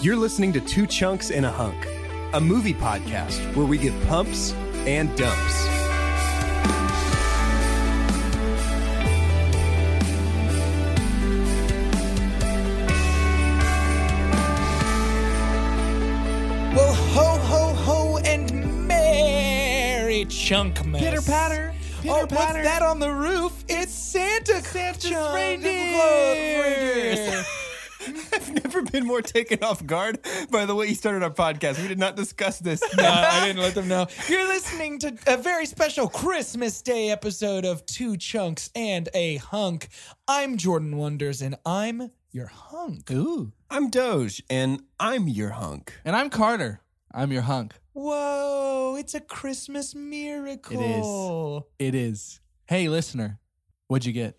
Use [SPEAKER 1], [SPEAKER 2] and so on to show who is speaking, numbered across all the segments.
[SPEAKER 1] You're listening to Two Chunks and a Hunk, a movie podcast where we give pumps and dumps.
[SPEAKER 2] Well, ho, ho, ho, and merry chunkmas.
[SPEAKER 3] Pitter patter. Pitter
[SPEAKER 2] Oh, what's
[SPEAKER 3] patter.
[SPEAKER 2] that on the roof? It's Santa. Santa's
[SPEAKER 3] I've never been more taken off guard by the way you started our podcast. We did not discuss this.
[SPEAKER 2] no, I didn't let them know. You're listening to a very special Christmas Day episode of Two Chunks and a Hunk. I'm Jordan Wonders, and I'm your hunk.
[SPEAKER 4] Ooh.
[SPEAKER 3] I'm Doge, and I'm your hunk.
[SPEAKER 4] And I'm Carter. I'm your hunk.
[SPEAKER 2] Whoa, it's a Christmas miracle.
[SPEAKER 4] It is. Hey, listener, what'd you get?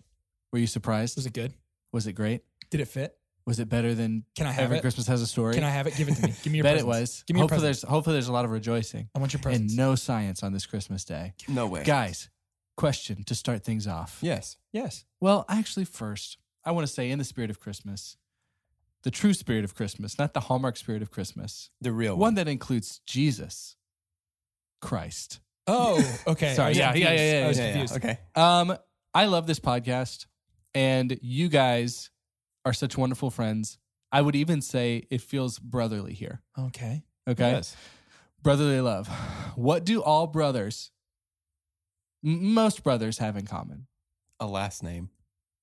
[SPEAKER 4] Were you surprised?
[SPEAKER 2] Was it good?
[SPEAKER 4] Was it great?
[SPEAKER 2] Did it fit?
[SPEAKER 4] Was it better than
[SPEAKER 2] Can I have
[SPEAKER 4] Every
[SPEAKER 2] it?
[SPEAKER 4] Christmas Has a Story?
[SPEAKER 2] Can I have it? Give it to me. Give me your
[SPEAKER 4] Bet
[SPEAKER 2] presents.
[SPEAKER 4] it was.
[SPEAKER 2] Give me your
[SPEAKER 4] hopefully
[SPEAKER 2] presents.
[SPEAKER 4] there's hopefully there's a lot of rejoicing
[SPEAKER 2] I want your presents.
[SPEAKER 4] and no science on this Christmas day.
[SPEAKER 3] No way.
[SPEAKER 4] Guys, question to start things off.
[SPEAKER 3] Yes.
[SPEAKER 2] Yes.
[SPEAKER 4] Well, actually, first, I want to say in the spirit of Christmas, the true spirit of Christmas, not the hallmark spirit of Christmas,
[SPEAKER 3] The real
[SPEAKER 4] one that includes Jesus Christ.
[SPEAKER 2] Oh, okay.
[SPEAKER 4] Sorry,
[SPEAKER 2] I was
[SPEAKER 4] yeah, yeah,
[SPEAKER 2] confused.
[SPEAKER 4] yeah,
[SPEAKER 2] I was
[SPEAKER 3] Yeah, yeah,
[SPEAKER 2] confused.
[SPEAKER 3] Okay.
[SPEAKER 4] Um, I love this podcast, and you guys are such wonderful friends. I would even say it feels brotherly here.
[SPEAKER 2] Okay.
[SPEAKER 4] Okay,
[SPEAKER 3] Yes.
[SPEAKER 4] brotherly love. What do all brothers, m- most brothers, have in common?
[SPEAKER 3] A last name.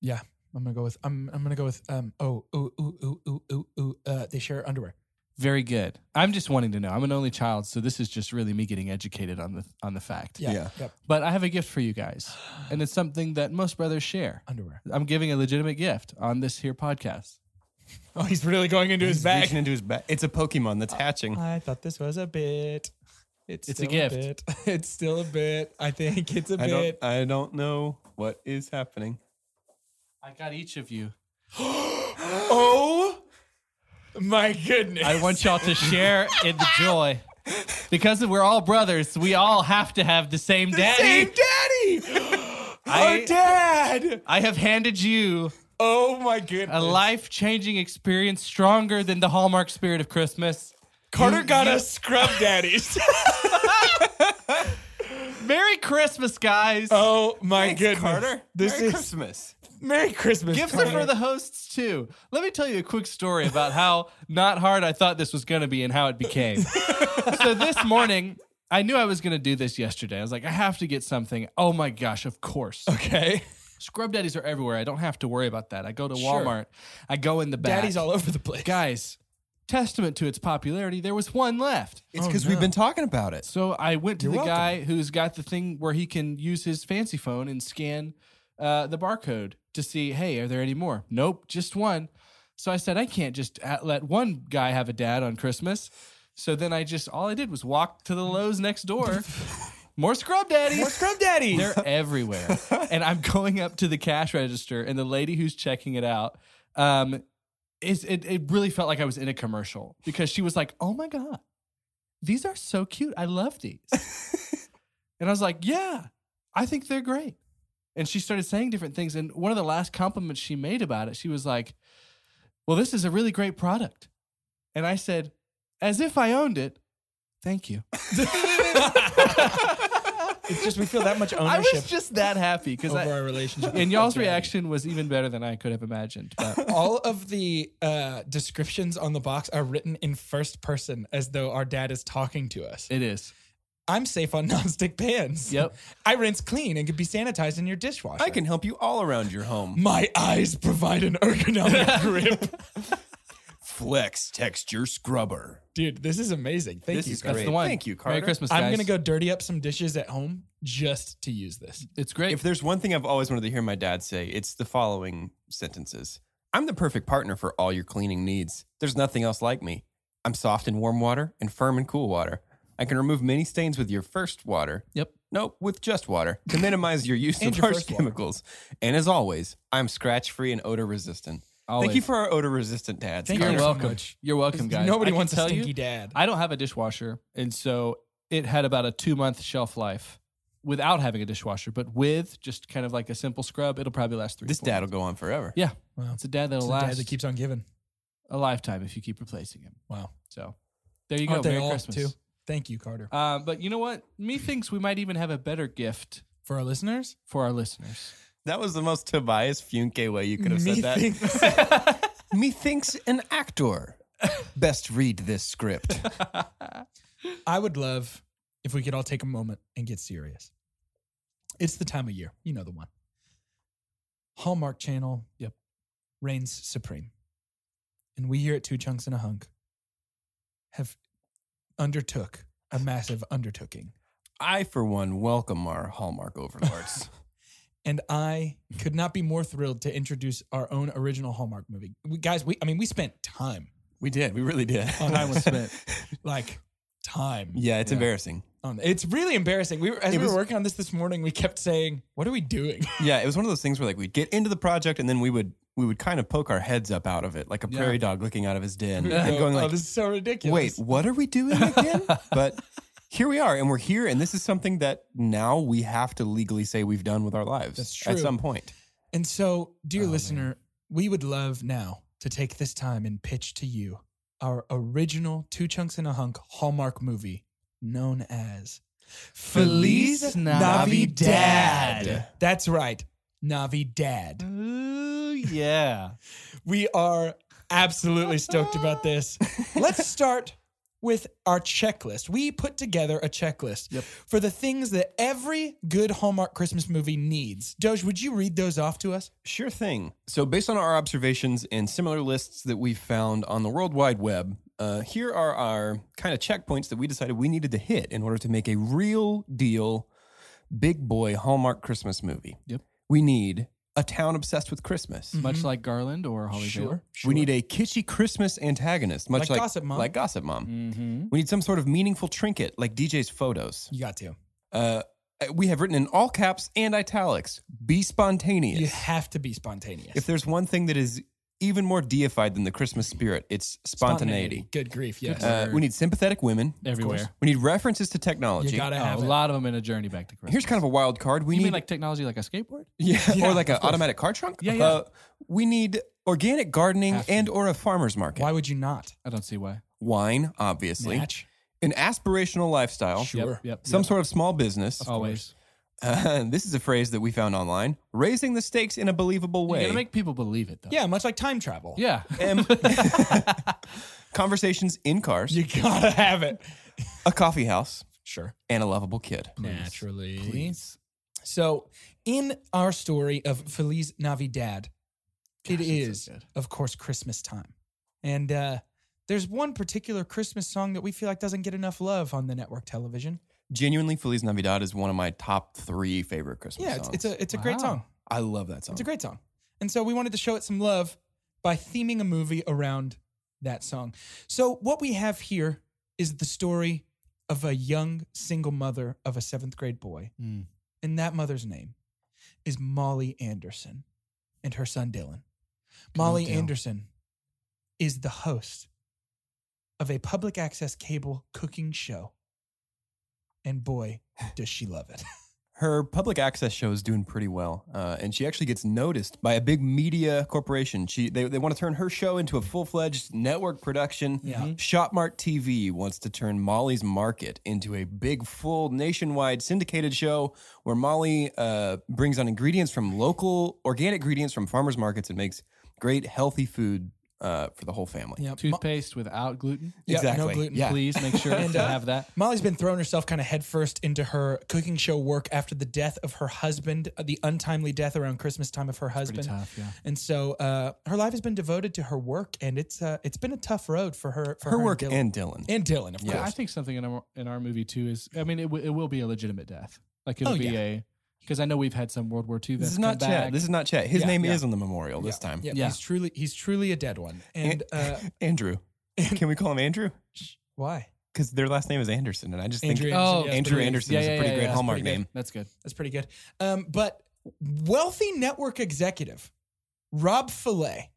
[SPEAKER 2] Yeah. I'm gonna go with I'm I'm gonna go with um oh ooh ooh ooh ooh ooh ooh uh they share underwear.
[SPEAKER 4] Very good. I'm just wanting to know. I'm an only child, so this is just really me getting educated on the on the fact.
[SPEAKER 2] Yeah.
[SPEAKER 3] Yeah.
[SPEAKER 2] Yep.
[SPEAKER 4] But I have a gift for you guys, and it's something that most brothers share.
[SPEAKER 2] Underwear.
[SPEAKER 4] I'm giving a legitimate gift on this here podcast.
[SPEAKER 2] Oh, he's really going into his
[SPEAKER 3] He's
[SPEAKER 2] bag.
[SPEAKER 3] reaching into his back. It's a Pokemon
[SPEAKER 1] Uh,
[SPEAKER 3] that's hatching.
[SPEAKER 2] I thought this was a bit. It's,
[SPEAKER 4] It's a
[SPEAKER 2] still
[SPEAKER 4] gift.
[SPEAKER 2] bit. It's still a bit. I think it's a
[SPEAKER 3] I don't.
[SPEAKER 2] bit.
[SPEAKER 3] I don't know what is happening.
[SPEAKER 4] I got each of you.
[SPEAKER 2] oh my goodness.
[SPEAKER 4] I want y'all to share in the joy. Because we're all brothers, we all have to have the same daddy.
[SPEAKER 2] Same daddy.
[SPEAKER 4] I-
[SPEAKER 2] Our Oh, dad.
[SPEAKER 4] I have handed you
[SPEAKER 2] Oh my goodness.
[SPEAKER 4] a life changing experience stronger than the Hallmark spirit of Christmas.
[SPEAKER 2] Carter got us scrub daddies.
[SPEAKER 4] Merry Christmas, guys.
[SPEAKER 2] oh my goodness.
[SPEAKER 3] Carter.
[SPEAKER 2] This
[SPEAKER 3] Merry
[SPEAKER 2] is
[SPEAKER 3] Christmas.
[SPEAKER 2] Merry Christmas.
[SPEAKER 4] Gifts are
[SPEAKER 2] Carter.
[SPEAKER 4] for the hosts, too. Let me tell you a quick story about how not hard I thought this was going to be and how it became. so this morning, I knew I was going to do this yesterday. I was like, I have to get something. Oh my gosh, of course.
[SPEAKER 2] Okay.
[SPEAKER 4] Scrub daddies are everywhere. I don't have to worry about that. I go to
[SPEAKER 2] Sure.
[SPEAKER 4] Walmart. I go in the back.
[SPEAKER 2] Daddy's all over the place.
[SPEAKER 4] Guys, testament to its popularity, there was one left.
[SPEAKER 1] Oh,
[SPEAKER 3] It's because we've been talking about it.
[SPEAKER 4] So I went to
[SPEAKER 2] You're
[SPEAKER 4] the
[SPEAKER 2] welcome.
[SPEAKER 4] guy who's got the thing where he can use his fancy phone and scan uh, the barcode to see, hey, are there any more? Nope, just one. So I said, I can't just at- let one guy have a dad on Christmas. So then I just, all I did was walk to the Lowe's next door. More scrub daddies.
[SPEAKER 2] More scrub daddies.
[SPEAKER 4] They're everywhere. and I'm going up to the cash register, and the lady who's checking it out, um, is it, it really felt like I was in a commercial because she was like, "Oh my god, these are so cute. I love these." and I was like, "Yeah, I think they're great." And she started saying different things. And one of the last compliments she made about it, she was like, "Well, this is a really great product." And I said, "As if I owned it." Thank you.
[SPEAKER 2] it's just we feel that much
[SPEAKER 4] I
[SPEAKER 2] ownership
[SPEAKER 4] was just that happy because
[SPEAKER 2] over
[SPEAKER 4] I,
[SPEAKER 2] our relationship.
[SPEAKER 4] and y'all's reaction was even better than I could have imagined. But
[SPEAKER 2] All of the uh, descriptions on the box are written in first person as though our dad is talking to us.
[SPEAKER 4] it is.
[SPEAKER 2] I'm safe on nonstick pans.
[SPEAKER 4] Yep.
[SPEAKER 2] I rinse clean and can be sanitized in your dishwasher.
[SPEAKER 3] I can help you all around your home.
[SPEAKER 2] My eyes provide an ergonomic grip.
[SPEAKER 3] Flex Texture Scrubber.
[SPEAKER 2] Dude, this is amazing. Thank
[SPEAKER 3] This
[SPEAKER 2] you.
[SPEAKER 3] is
[SPEAKER 2] guys.
[SPEAKER 4] That's
[SPEAKER 3] Great.
[SPEAKER 4] the one.
[SPEAKER 3] Thank you,
[SPEAKER 4] Merry
[SPEAKER 3] Carter.
[SPEAKER 4] Christmas, guys.
[SPEAKER 2] I'm going to go dirty up some dishes at home just to use this.
[SPEAKER 4] It's great.
[SPEAKER 3] If there's one thing I've always wanted to hear my dad say, it's the following sentences I'm the perfect partner for all your cleaning needs. There's nothing else like me. I'm soft in warm water and firm in cool water. I can remove many stains with your first water.
[SPEAKER 4] Yep.
[SPEAKER 3] Nope, with just water to minimize your use
[SPEAKER 2] And
[SPEAKER 3] of
[SPEAKER 2] your
[SPEAKER 3] harsh
[SPEAKER 2] first water.
[SPEAKER 3] chemicals. And as always, I'm scratch free and odor resistant.
[SPEAKER 4] Always.
[SPEAKER 3] Thank you for our odor resistant dads.
[SPEAKER 2] Thank
[SPEAKER 4] You're
[SPEAKER 2] you so
[SPEAKER 4] welcome.
[SPEAKER 2] much.
[SPEAKER 4] You're welcome, guys.
[SPEAKER 2] Nobody
[SPEAKER 4] I can
[SPEAKER 2] wants a
[SPEAKER 4] tell
[SPEAKER 2] stinky
[SPEAKER 4] you,
[SPEAKER 2] dad.
[SPEAKER 4] I don't have a dishwasher, and so it had about a two month shelf life without having a dishwasher. But with just kind of like a simple scrub, it'll probably last three.
[SPEAKER 3] This
[SPEAKER 4] four
[SPEAKER 3] dad will
[SPEAKER 4] months.
[SPEAKER 3] go on forever.
[SPEAKER 4] yeah,
[SPEAKER 2] Wow.
[SPEAKER 4] it's a dad that'll
[SPEAKER 2] It's the
[SPEAKER 4] last
[SPEAKER 2] dad that keeps on giving.
[SPEAKER 4] a lifetime if you keep replacing him.
[SPEAKER 2] Wow.
[SPEAKER 4] So there you
[SPEAKER 2] Aren't
[SPEAKER 4] go.
[SPEAKER 2] they
[SPEAKER 4] Merry
[SPEAKER 2] all,
[SPEAKER 4] Christmas.
[SPEAKER 2] too? Thank you, Carter.
[SPEAKER 4] Uh, but you know what? Methinks we might even have a better gift
[SPEAKER 2] For our listeners,
[SPEAKER 4] for our listeners.
[SPEAKER 3] That was the most Tobias Funke way you could have said that.
[SPEAKER 2] Methinks-
[SPEAKER 3] Methinks an actor. Best read this script.
[SPEAKER 2] I would love if we could all take a moment and get serious. It's the time of year. You know the one. Hallmark Channel
[SPEAKER 4] Yep.
[SPEAKER 2] reigns supreme. And we here at Two Chunks and a Hunk have undertook a massive undertaking.
[SPEAKER 3] I, for one, welcome our Hallmark overlords.
[SPEAKER 2] and I could not be more thrilled to introduce our own original Hallmark movie. We, guys, we I mean we spent time,
[SPEAKER 3] we did. We really did.
[SPEAKER 2] Time Oh, was spent. like time.
[SPEAKER 3] yeah, it's embarrassing.
[SPEAKER 2] On it's really embarrassing. We were, as
[SPEAKER 3] It
[SPEAKER 2] we were
[SPEAKER 3] was-
[SPEAKER 2] working on this this morning, we kept saying, "What are we doing?"
[SPEAKER 3] Yeah, it was one of those things where like we'd get into the project and then we would we would kind of poke our heads up out of it, like a
[SPEAKER 4] Yeah.
[SPEAKER 3] prairie dog looking out of his den
[SPEAKER 2] We
[SPEAKER 3] and
[SPEAKER 2] go,
[SPEAKER 3] going
[SPEAKER 2] "Oh,
[SPEAKER 3] like,
[SPEAKER 2] this is so ridiculous."
[SPEAKER 3] "Wait, what are we doing again?" but here we are, and we're here, and this is something that now we have to legally say we've done with our lives
[SPEAKER 2] That's
[SPEAKER 3] at
[SPEAKER 2] true.
[SPEAKER 3] some point.
[SPEAKER 2] And so, dear
[SPEAKER 3] Oh,
[SPEAKER 2] listener, we would love now to take this time and pitch to you our original Two Chunks and a Hunk Hallmark movie known as
[SPEAKER 4] Feliz Navidad.
[SPEAKER 2] That's right, Navidad.
[SPEAKER 4] Ooh, yeah.
[SPEAKER 2] We are absolutely stoked about this. Let's start with our checklist. We put together a checklist for the things that every good Hallmark Christmas movie needs. Doge, would you read those off to us?
[SPEAKER 3] Sure thing. So, based on our observations and similar lists that we found on the World Wide Web, uh, here are our kind of checkpoints that we decided we needed to hit in order to make a real deal, big boy Hallmark Christmas movie.
[SPEAKER 4] Yep.
[SPEAKER 3] We need a town obsessed with Christmas.
[SPEAKER 2] Mm,
[SPEAKER 4] Much like Garland or Holly Vale.
[SPEAKER 3] Mm-hmm. We need a kitschy Christmas antagonist, much
[SPEAKER 2] Like
[SPEAKER 3] like,
[SPEAKER 2] Gossip Mm. Mom.
[SPEAKER 3] Like Gossip Mom.
[SPEAKER 4] Mm-hmm.
[SPEAKER 3] We need some sort of meaningful trinket, like DJ's photos.
[SPEAKER 2] You got to.
[SPEAKER 3] Uh, we have written in all caps and italics: "Be spontaneous."
[SPEAKER 2] You have to be spontaneous.
[SPEAKER 3] If there's one thing that is even more deified than the Christmas spirit, it's spontaneity.
[SPEAKER 2] Good grief, yes.
[SPEAKER 3] Uh, we need sympathetic women.
[SPEAKER 4] Everywhere.
[SPEAKER 3] We need references to technology.
[SPEAKER 2] you gotta
[SPEAKER 4] Oh, a
[SPEAKER 2] have it.
[SPEAKER 4] lot of them in a journey back to Christmas.
[SPEAKER 3] Here's kind of a wild card. We
[SPEAKER 4] you
[SPEAKER 3] need
[SPEAKER 4] mean like technology like a skateboard?
[SPEAKER 3] yeah,
[SPEAKER 2] Yeah,
[SPEAKER 3] or like an
[SPEAKER 2] of course.
[SPEAKER 3] automatic car trunk. Uh,
[SPEAKER 4] Yeah, yeah.
[SPEAKER 3] we need organic gardening
[SPEAKER 4] Have to.
[SPEAKER 3] and or a farmer's market.
[SPEAKER 2] Why would you not?
[SPEAKER 4] I don't see why.
[SPEAKER 3] Wine, obviously.
[SPEAKER 2] Natch.
[SPEAKER 3] An aspirational lifestyle.
[SPEAKER 2] Sure.
[SPEAKER 4] Yep. yep
[SPEAKER 3] Some
[SPEAKER 4] yep.
[SPEAKER 3] sort of small business.
[SPEAKER 4] always.
[SPEAKER 3] Uh, this is a phrase that we found online. Raising the stakes in a believable
[SPEAKER 4] You
[SPEAKER 3] way.
[SPEAKER 4] gotta make people believe it though.
[SPEAKER 2] Yeah, much like time travel.
[SPEAKER 4] Yeah.
[SPEAKER 3] Em- Conversations in cars.
[SPEAKER 2] You gotta have it.
[SPEAKER 3] a coffee house.
[SPEAKER 2] Sure.
[SPEAKER 3] and a lovable kid.
[SPEAKER 2] Naturally. So, in our story of Feliz Navidad, it
[SPEAKER 4] Gosh, that's
[SPEAKER 2] is,
[SPEAKER 4] so good.
[SPEAKER 2] of course, Christmas time. And uh, there's one particular Christmas song that we feel like doesn't get enough love on the network television.
[SPEAKER 3] Genuinely, Feliz Navidad is one of my top three favorite Christmas
[SPEAKER 2] Yeah, it's,
[SPEAKER 3] songs.
[SPEAKER 2] it's a it's a great
[SPEAKER 4] Wow.
[SPEAKER 2] song.
[SPEAKER 3] I love that song.
[SPEAKER 2] It's a great song. And so we wanted to show it some love by theming a movie around that song. So what we have here is the story of a young single mother of a seventh grade boy.
[SPEAKER 4] Mm.
[SPEAKER 2] And that mother's name is Molly Anderson and her son Dylan. Molly
[SPEAKER 4] Dylan.
[SPEAKER 2] Anderson is the host of a public access cable cooking show. And boy, does she love it.
[SPEAKER 3] Her public access show is doing pretty well, uh, and she actually gets noticed by a big media corporation. She they, they want to turn her show into a full fledged network production.
[SPEAKER 2] Yeah. Mhm.
[SPEAKER 3] Shopmart TV wants to turn Molly's Market into a big, full nationwide syndicated show where Molly uh, brings on ingredients from local organic ingredients from farmers markets and makes great healthy food uh, for the whole family.
[SPEAKER 2] Yep.
[SPEAKER 4] Toothpaste without gluten.
[SPEAKER 2] Yep, no
[SPEAKER 3] Exactly.
[SPEAKER 2] gluten.
[SPEAKER 3] Yeah.
[SPEAKER 4] Please make sure
[SPEAKER 2] And,
[SPEAKER 4] to
[SPEAKER 2] uh,
[SPEAKER 4] have that.
[SPEAKER 2] Molly's been throwing herself kind of headfirst into her cooking show work after the death of her husband, uh, the untimely death around Christmas time of her
[SPEAKER 4] Pretty
[SPEAKER 2] husband.
[SPEAKER 4] tough, yeah.
[SPEAKER 2] And so uh, her life has been devoted to her work, and it's uh, it's been a tough road for her. For her,
[SPEAKER 3] Her work
[SPEAKER 2] and Dylan.
[SPEAKER 3] and Dylan.
[SPEAKER 2] And Dylan, of
[SPEAKER 3] Yeah.
[SPEAKER 4] I
[SPEAKER 2] course.
[SPEAKER 4] think something in our in our movie too is. I mean, it, w- it will be a legitimate death. Like it'll
[SPEAKER 2] Oh,
[SPEAKER 4] be
[SPEAKER 2] yeah.
[SPEAKER 4] a because I know we've had some World War II.
[SPEAKER 3] this
[SPEAKER 4] vets
[SPEAKER 3] is
[SPEAKER 4] come
[SPEAKER 3] not
[SPEAKER 4] back.
[SPEAKER 3] Chet. This is not Chet. His
[SPEAKER 2] Yeah,
[SPEAKER 3] name
[SPEAKER 4] yeah.
[SPEAKER 3] is on the memorial this time.
[SPEAKER 2] Yeah,
[SPEAKER 4] Yeah.
[SPEAKER 2] he's truly he's truly a dead one. And uh,
[SPEAKER 3] Andrew. Can we call him Andrew?
[SPEAKER 2] why?
[SPEAKER 3] Because their last name is Anderson, and I just think
[SPEAKER 2] Andrew
[SPEAKER 4] Oh,
[SPEAKER 2] Anderson, yeah,
[SPEAKER 3] Andrew
[SPEAKER 2] pretty-
[SPEAKER 3] Anderson is a pretty great
[SPEAKER 4] that's
[SPEAKER 3] Hallmark
[SPEAKER 4] pretty good.
[SPEAKER 3] name.
[SPEAKER 4] That's good.
[SPEAKER 2] That's pretty good. Um, but wealthy network executive Rob Fillet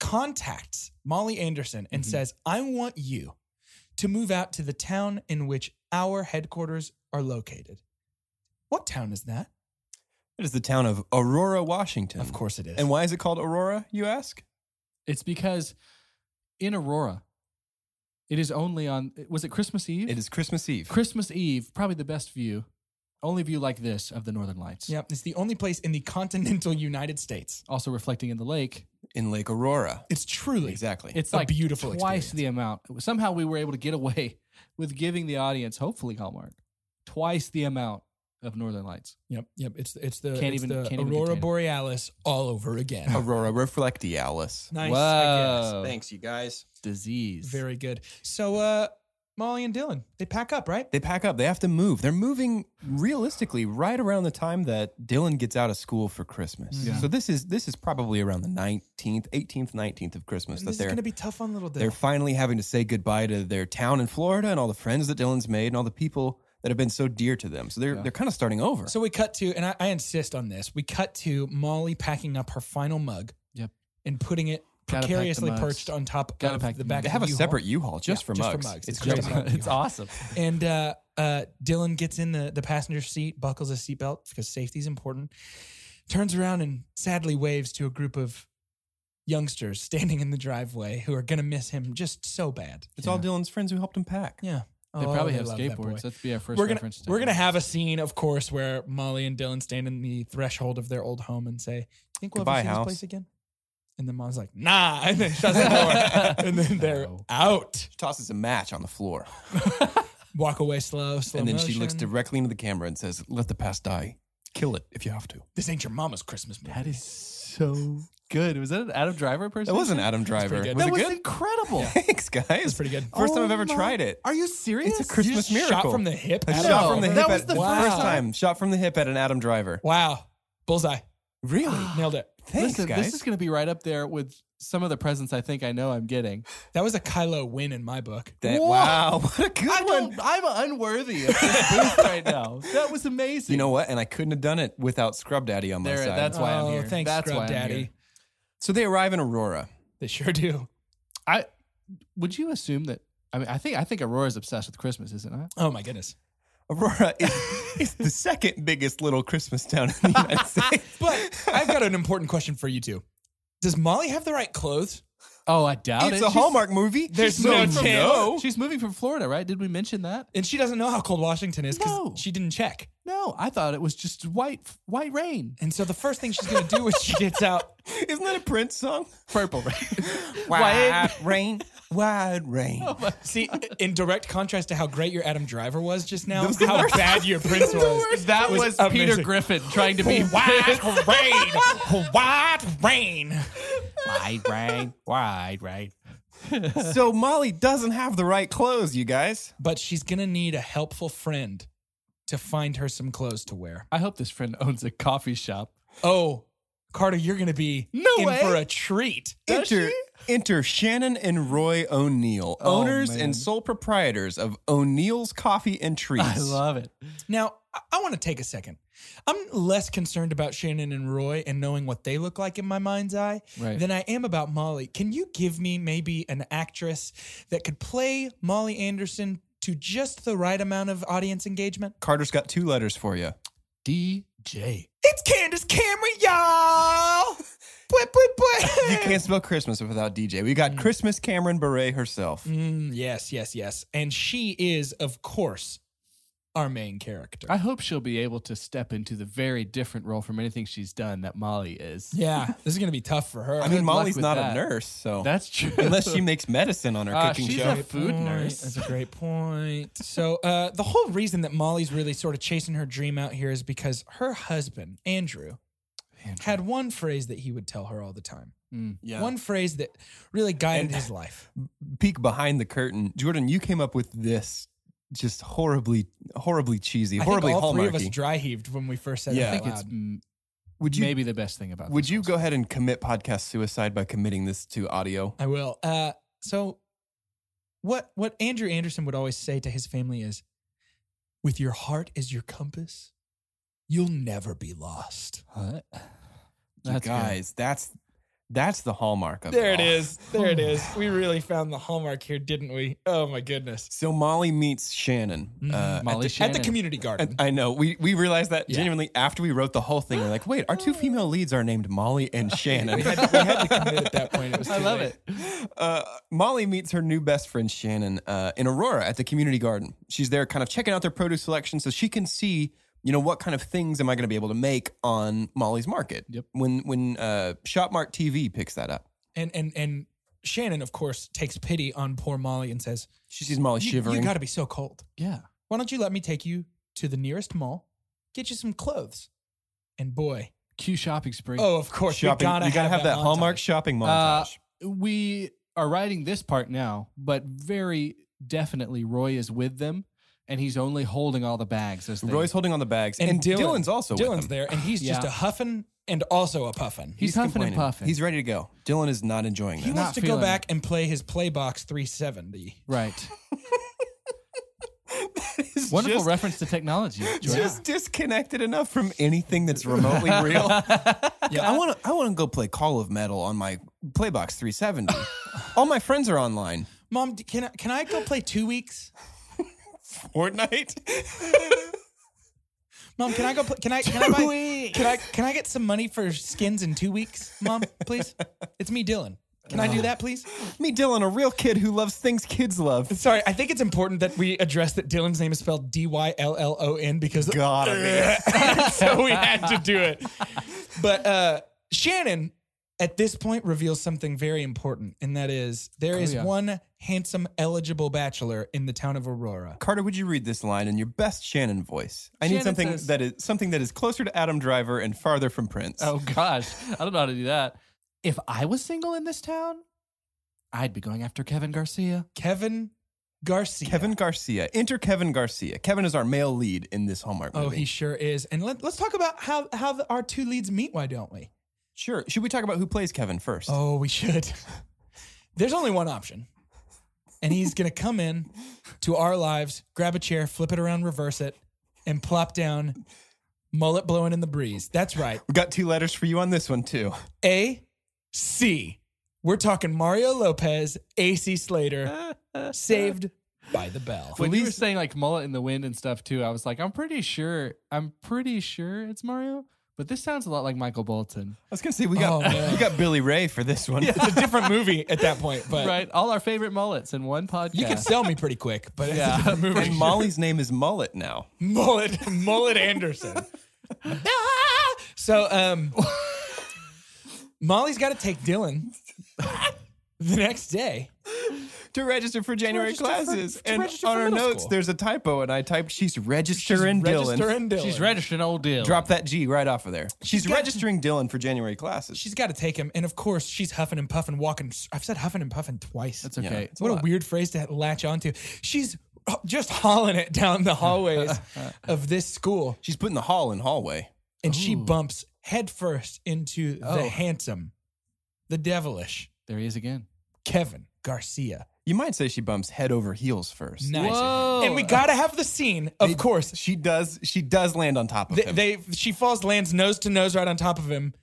[SPEAKER 2] contacts Molly Anderson and
[SPEAKER 3] Mm-hmm.
[SPEAKER 4] Mhm.
[SPEAKER 2] says, I want you to move out to the town in which our headquarters are located. What town is that?
[SPEAKER 3] It is the town of Aurora, Washington.
[SPEAKER 2] course it is.
[SPEAKER 3] And why is it called Aurora, you ask?
[SPEAKER 4] It's because in Aurora, it is only on. Was it Christmas Eve?
[SPEAKER 3] It is Christmas Eve.
[SPEAKER 4] Christmas Eve. Probably the best view, only view like this of the Northern Lights.
[SPEAKER 2] Yep, it's the only place in the continental United States.
[SPEAKER 4] Also reflecting in the lake.
[SPEAKER 3] in Lake Aurora.
[SPEAKER 2] It's truly
[SPEAKER 3] Exactly.
[SPEAKER 4] It's
[SPEAKER 2] A
[SPEAKER 4] like
[SPEAKER 2] beautiful
[SPEAKER 4] twice
[SPEAKER 2] experience.
[SPEAKER 4] the amount. Somehow we were able to get away with giving the audience, hopefully Hallmark, twice the amount of Northern Lights.
[SPEAKER 2] Yep, yep. It's it's the,
[SPEAKER 4] Can't
[SPEAKER 2] it's
[SPEAKER 4] even-
[SPEAKER 2] the
[SPEAKER 4] can't even
[SPEAKER 2] Aurora
[SPEAKER 4] contain it.
[SPEAKER 2] Borealis all over again.
[SPEAKER 3] Aurora Reflectialis.
[SPEAKER 2] nice, I guess.
[SPEAKER 4] Whoa.
[SPEAKER 3] Thanks, you guys.
[SPEAKER 4] Disease.
[SPEAKER 2] Very good. So uh Molly and Dylan, they pack up, right?
[SPEAKER 3] They pack up. They have to move. They're moving realistically right around the time that Dylan gets out of school for Christmas.
[SPEAKER 4] Yeah.
[SPEAKER 3] So this is this is probably around the 19th, 18th, 19th of Christmas
[SPEAKER 2] And this
[SPEAKER 3] that
[SPEAKER 2] is
[SPEAKER 3] they're
[SPEAKER 2] going to be tough on little
[SPEAKER 3] they're
[SPEAKER 2] Dylan.
[SPEAKER 3] finally having to say goodbye to their town in Florida and all the friends that Dylan's made and all the people that have been so dear to them. So they're
[SPEAKER 4] Yeah.
[SPEAKER 3] they're kind of starting over.
[SPEAKER 2] So we cut to, and I, I insist on this. We cut to Molly packing up her final mug.
[SPEAKER 4] Yep.
[SPEAKER 2] And putting it
[SPEAKER 4] Gotta pack the
[SPEAKER 2] precariously
[SPEAKER 4] mugs.
[SPEAKER 2] perched on top
[SPEAKER 4] Gotta
[SPEAKER 2] of
[SPEAKER 4] pack
[SPEAKER 2] the
[SPEAKER 4] the
[SPEAKER 2] back.
[SPEAKER 4] mugs.
[SPEAKER 3] they
[SPEAKER 2] of
[SPEAKER 3] have a
[SPEAKER 2] the U-Haul.
[SPEAKER 3] separate U-Haul just
[SPEAKER 2] Yeah,
[SPEAKER 3] for
[SPEAKER 2] just for
[SPEAKER 3] mugs.
[SPEAKER 2] mugs.
[SPEAKER 3] It's
[SPEAKER 2] It's just
[SPEAKER 3] crazy.
[SPEAKER 2] for mugs.
[SPEAKER 4] it's awesome.
[SPEAKER 2] And uh, uh, Dylan gets in the, the passenger seat, buckles his seatbelt because safety's important, turns around and sadly waves to a group of youngsters standing in the driveway who are going to miss him just so bad.
[SPEAKER 3] It's all Dylan's friends who helped him pack.
[SPEAKER 2] Yeah.
[SPEAKER 4] They probably have
[SPEAKER 2] Oh, love that boy.
[SPEAKER 4] skateboards. That'd be our 1st
[SPEAKER 2] we're gonna
[SPEAKER 4] reference.
[SPEAKER 2] we're gonna have a scene, of course, where Molly and Dylan stand in the threshold of their old home and say, "Think we'll
[SPEAKER 3] Goodbye,
[SPEAKER 2] ever see
[SPEAKER 3] house."
[SPEAKER 2] this place again?" And then Mom's like, "Nah," and then shuts the door, and then they're
[SPEAKER 4] No.
[SPEAKER 2] out.
[SPEAKER 3] Tosses a match on the floor.
[SPEAKER 2] Walk away slow, slow.
[SPEAKER 3] and then she looks
[SPEAKER 2] motion.
[SPEAKER 3] directly into the camera and says, "Let the past die. Kill it if you have to."
[SPEAKER 2] This ain't your mama's Christmas movie.
[SPEAKER 4] That is so good. Was that an Adam Driver person?
[SPEAKER 3] That wasn't Adam Driver.
[SPEAKER 2] pretty good.
[SPEAKER 3] Was
[SPEAKER 4] That
[SPEAKER 3] it
[SPEAKER 4] was
[SPEAKER 3] good?
[SPEAKER 4] incredible.
[SPEAKER 3] Thanks, guys. It's
[SPEAKER 2] pretty good.
[SPEAKER 3] First time I've
[SPEAKER 4] Oh
[SPEAKER 3] ever
[SPEAKER 4] my-
[SPEAKER 3] tried it.
[SPEAKER 4] Are you serious?
[SPEAKER 3] It's a Christmas
[SPEAKER 2] Just
[SPEAKER 3] miracle.
[SPEAKER 2] Shot from the hip.
[SPEAKER 3] A
[SPEAKER 2] Adam.
[SPEAKER 3] shot from the hip.
[SPEAKER 4] That
[SPEAKER 3] at-
[SPEAKER 4] was the
[SPEAKER 3] wow.
[SPEAKER 2] first
[SPEAKER 3] time. Shot from the hip at an Adam Driver.
[SPEAKER 2] Wow, bullseye,
[SPEAKER 3] Really?
[SPEAKER 2] nailed it.
[SPEAKER 3] Thanks,
[SPEAKER 4] Listen,
[SPEAKER 3] guys.
[SPEAKER 4] this is going to be right up there with some of the presents I think I know I'm getting.
[SPEAKER 2] That was a Kylo win in my book.
[SPEAKER 3] That-
[SPEAKER 4] Whoa.
[SPEAKER 3] wow, what a good one.
[SPEAKER 4] I'm unworthy of this booth right now. That was amazing.
[SPEAKER 3] You know what? And I couldn't have done it without Scrub Daddy on my
[SPEAKER 4] There-
[SPEAKER 3] side.
[SPEAKER 4] that's why I'm
[SPEAKER 2] oh,
[SPEAKER 4] here.
[SPEAKER 2] thanks,
[SPEAKER 4] That's
[SPEAKER 2] Scrub
[SPEAKER 4] why I'm
[SPEAKER 2] Daddy.
[SPEAKER 4] here.
[SPEAKER 3] so they arrive in Aurora.
[SPEAKER 2] They sure do.
[SPEAKER 4] I would you assume that? I mean, I think I think Aurora's obsessed with Christmas, isn't it?
[SPEAKER 2] Oh my goodness.
[SPEAKER 3] Aurora is, is the second biggest little Christmas town in the United States.
[SPEAKER 2] But I've got an important question for you two. Does Molly have the right clothes?
[SPEAKER 4] Oh, I doubt
[SPEAKER 3] it's
[SPEAKER 4] it.
[SPEAKER 3] a Hallmark movie.
[SPEAKER 2] There's
[SPEAKER 3] So
[SPEAKER 2] no
[SPEAKER 3] you
[SPEAKER 2] chance.
[SPEAKER 3] know.
[SPEAKER 4] She's moving from Florida, right? Did we mention that?
[SPEAKER 2] And she doesn't know how cold Washington is because
[SPEAKER 4] No.
[SPEAKER 2] she didn't check.
[SPEAKER 4] No, I thought it was just white white rain,
[SPEAKER 2] And so the first thing she's going to do when she gets out,
[SPEAKER 3] Isn't that a Prince song?
[SPEAKER 4] purple rain.
[SPEAKER 3] Wide rain, wide rain.
[SPEAKER 4] Oh
[SPEAKER 2] see, in direct contrast to how great your Adam Driver was just now,
[SPEAKER 3] was the
[SPEAKER 2] how
[SPEAKER 3] worst.
[SPEAKER 2] bad your Prince was.
[SPEAKER 4] that
[SPEAKER 2] was
[SPEAKER 4] was, Peter
[SPEAKER 2] amazing.
[SPEAKER 4] Griffin trying to be
[SPEAKER 2] White rain, white rain.
[SPEAKER 4] wide rain, wide rain.
[SPEAKER 3] so Molly doesn't have the right clothes, you guys.
[SPEAKER 2] But she's going to need a helpful friend to find her some clothes to wear.
[SPEAKER 4] I hope this friend owns a coffee shop.
[SPEAKER 2] Oh, Carter, you're going to be
[SPEAKER 4] No
[SPEAKER 2] in
[SPEAKER 4] way.
[SPEAKER 2] for a treat.
[SPEAKER 3] Enter, enter Shannon and Roy O'Neill, owners
[SPEAKER 4] Oh, man.
[SPEAKER 3] and sole proprietors of O'Neill's Coffee and Treats.
[SPEAKER 4] I love it.
[SPEAKER 2] Now, I, want to take a second. I'm less concerned about Shannon and Roy and knowing what they look like in my mind's eye
[SPEAKER 4] Right.
[SPEAKER 2] than I am about Molly. Can you give me maybe an actress that could play Molly Anderson to just the right amount of audience engagement?
[SPEAKER 3] Carter's got two letters for you.
[SPEAKER 4] DJ.
[SPEAKER 2] It's Candace Cameron, y'all! Bwah, bwah, bwah.
[SPEAKER 3] You can't spell Christmas without DJ. We
[SPEAKER 4] Mm.
[SPEAKER 3] got Christmas Cameron Beret herself.
[SPEAKER 2] Mm, yes, yes, yes. And she is, of course, our main character.
[SPEAKER 4] I hope she'll be able to step into the very different role from anything she's done that Molly is.
[SPEAKER 2] yeah, this is gonna be tough for her.
[SPEAKER 3] I mean,
[SPEAKER 4] luck
[SPEAKER 3] Molly's
[SPEAKER 4] with
[SPEAKER 3] not
[SPEAKER 4] that.
[SPEAKER 3] a nurse, so
[SPEAKER 4] That's true.
[SPEAKER 3] unless she makes medicine on her
[SPEAKER 4] Uh,
[SPEAKER 3] cooking
[SPEAKER 4] she's
[SPEAKER 3] show.
[SPEAKER 4] a food
[SPEAKER 2] point.
[SPEAKER 4] nurse.
[SPEAKER 2] That's a great point. So uh, the whole reason that Molly's really sort of chasing her dream out here is because her husband Andrew, had one phrase that he would tell her all the time.
[SPEAKER 3] yeah.
[SPEAKER 2] One phrase that really guided
[SPEAKER 3] And-
[SPEAKER 2] his life.
[SPEAKER 3] peek behind the curtain. Jordan, you came up with this just horribly, horribly cheesy,
[SPEAKER 2] I think
[SPEAKER 3] horribly
[SPEAKER 2] all three of us
[SPEAKER 3] hallmarky.
[SPEAKER 2] dry heaved when we first said
[SPEAKER 3] Yeah. I
[SPEAKER 2] it out
[SPEAKER 4] I think it's
[SPEAKER 2] loud.
[SPEAKER 4] m-
[SPEAKER 3] Would you
[SPEAKER 4] maybe the best thing about
[SPEAKER 3] would
[SPEAKER 4] this
[SPEAKER 3] you
[SPEAKER 4] whole
[SPEAKER 3] go ahead and commit podcast suicide by committing this to audio?
[SPEAKER 2] I will. Uh, so, what what Andrew Anderson would always say to his family is, "With your heart as your compass, you'll never be lost."
[SPEAKER 4] What?
[SPEAKER 3] You
[SPEAKER 4] That's good.
[SPEAKER 3] guys, that's that's the hallmark of
[SPEAKER 2] There it
[SPEAKER 3] all.
[SPEAKER 2] is. There it is. We really found the hallmark here, didn't we? Oh my goodness!
[SPEAKER 3] So Molly meets Shannon.
[SPEAKER 2] Mm-hmm.
[SPEAKER 3] uh,
[SPEAKER 4] Molly
[SPEAKER 3] at the,
[SPEAKER 4] Shannon.
[SPEAKER 2] At the community
[SPEAKER 3] at-
[SPEAKER 2] garden.
[SPEAKER 3] I know. We we realized that
[SPEAKER 4] Yeah.
[SPEAKER 3] genuinely after we wrote the whole thing. We're like, wait, our two female leads are named Molly and Shannon.
[SPEAKER 2] we, had, we had to commit at that point. It was too
[SPEAKER 4] I love
[SPEAKER 2] late.
[SPEAKER 4] it.
[SPEAKER 3] Uh, Molly meets her new best friend Shannon uh, in Aurora at the community garden. She's there, kind of checking out their produce selection, so she can see, you know, what kind of things am I going to be able to make on Molly's market.
[SPEAKER 4] Yep.
[SPEAKER 3] When when uh, Shopmart TV picks that up,
[SPEAKER 2] And and and Shannon, of course, takes pity on poor Molly and says,
[SPEAKER 3] she sees Molly
[SPEAKER 2] "You-
[SPEAKER 3] shivering.
[SPEAKER 2] you got to be so cold."
[SPEAKER 4] Yeah.
[SPEAKER 2] why don't you let me take you to the nearest mall, get you some clothes, and boy,
[SPEAKER 4] Q shopping spree.
[SPEAKER 2] oh, of course,
[SPEAKER 3] shopping.
[SPEAKER 2] you gotta,
[SPEAKER 3] you gotta have, that,
[SPEAKER 2] montage.
[SPEAKER 3] Hallmark shopping
[SPEAKER 4] Uh,
[SPEAKER 3] montage.
[SPEAKER 4] we are writing this part now, but very definitely Roy is with them, and he's only holding all the bags. As they,
[SPEAKER 3] Roy's holding on the bags,
[SPEAKER 2] And
[SPEAKER 3] and,
[SPEAKER 2] Dylan-
[SPEAKER 3] Dylan's also with them.
[SPEAKER 2] Dylan's there, and he's just
[SPEAKER 4] Yeah.
[SPEAKER 2] a huffing and also a puffing.
[SPEAKER 4] he's, huffing and
[SPEAKER 3] complaining.
[SPEAKER 4] puffing.
[SPEAKER 3] He's ready to go. Dylan is not enjoying
[SPEAKER 2] He
[SPEAKER 3] that.
[SPEAKER 2] wants to go
[SPEAKER 4] feeling
[SPEAKER 2] back and play his Playbox 370.
[SPEAKER 4] right. Wonderful
[SPEAKER 3] Just-
[SPEAKER 4] reference to technology. Jordan.
[SPEAKER 3] Just disconnected enough from anything that's remotely real. yeah, I want to. I want to go play Call of Metal on my Playbox 370. All my friends are online.
[SPEAKER 2] Mom, d- can I, can I go play two weeks?
[SPEAKER 3] Fortnite.
[SPEAKER 2] Mom, can I go? Play, can I? Can I buy? Can I? Can I get some money for skins in two weeks? Mom, please. It's me, Dylan. Can I do that, please?
[SPEAKER 3] Me, Dylan, a real kid who loves things kids love.
[SPEAKER 2] Sorry, I think it's important that we address that Dylan's name is spelled D Y L L O N because
[SPEAKER 3] Gotta be.
[SPEAKER 2] so we had to do it. But uh, Shannon at this point reveals something very important, and that is there is
[SPEAKER 4] yeah.
[SPEAKER 2] one handsome, eligible bachelor in the town of Aurora.
[SPEAKER 3] Carter, would you read this line in your best Shannon voice? I need
[SPEAKER 4] Shannon
[SPEAKER 3] something
[SPEAKER 4] says-
[SPEAKER 3] that is something that is closer to Adam Driver and farther from Prince.
[SPEAKER 4] Oh gosh, I don't know how to do that. If I was single in this town, I'd be going after Kevin Garcia.
[SPEAKER 2] Kevin Garcia.
[SPEAKER 3] Kevin Garcia. Enter Kevin Garcia. Kevin is our male lead in this Hallmark movie.
[SPEAKER 2] Oh, he sure is. And let, let's talk about how how the, our two leads meet. Why don't we?
[SPEAKER 3] Sure. Should we talk about who plays Kevin first?
[SPEAKER 2] Oh, we should. There's only one option. And he's going to come in to our lives, grab a chair, flip it around, reverse it, and plop down, mullet blowing in the breeze. That's right.
[SPEAKER 3] We've got two letters for you on this one too.
[SPEAKER 2] A C. We're talking Mario Lopez, AC Slater, saved by the bell.
[SPEAKER 4] When you were saying like mullet in the wind and stuff too, I was like, I'm pretty sure, I'm pretty sure it's Mario, but this sounds a lot like Michael Bolton,
[SPEAKER 3] I was gonna say we got
[SPEAKER 2] Oh, man.
[SPEAKER 3] we got Billy Ray for this one.
[SPEAKER 2] It's a different movie at that point, but
[SPEAKER 4] right? All our favorite mullets in one podcast.
[SPEAKER 2] you could sell me pretty quick, but it's a
[SPEAKER 4] Yeah.
[SPEAKER 2] different movie.
[SPEAKER 3] And Molly's name is Mullet now.
[SPEAKER 2] mullet mullet anderson Ah! so um molly's got to take dylan the next day
[SPEAKER 3] To register for January
[SPEAKER 2] register for-
[SPEAKER 3] classes.
[SPEAKER 2] to
[SPEAKER 3] and
[SPEAKER 2] register
[SPEAKER 3] on
[SPEAKER 2] for
[SPEAKER 3] our
[SPEAKER 2] middle
[SPEAKER 3] notes,
[SPEAKER 2] school.
[SPEAKER 3] there's a typo, and I typed she's registering Dylan.
[SPEAKER 2] register in dylan
[SPEAKER 4] She's registering old deal.
[SPEAKER 3] Drop that G right off of there. She's,
[SPEAKER 2] got-
[SPEAKER 3] registering Dylan for January classes.
[SPEAKER 2] she's got to take him and of course she's huffing and puffing walking i've said huffing and puffing twice
[SPEAKER 4] That's okay.
[SPEAKER 2] what a, weird phrase to latch onto she's uh, just hauling it down the hallways of this school
[SPEAKER 3] she's putting the hall in hallway.
[SPEAKER 2] and she bumps headfirst into the
[SPEAKER 4] Oh.
[SPEAKER 2] handsome the devilish
[SPEAKER 4] There he is again.
[SPEAKER 2] kevin garcia
[SPEAKER 3] You might say she bumps head over heels first.
[SPEAKER 2] Nice.
[SPEAKER 4] Whoa.
[SPEAKER 2] And we gotta have the scene, of course.
[SPEAKER 3] She does. She does land on top of
[SPEAKER 2] They,
[SPEAKER 3] him.
[SPEAKER 2] they she falls, lands nose to nose right on top of him,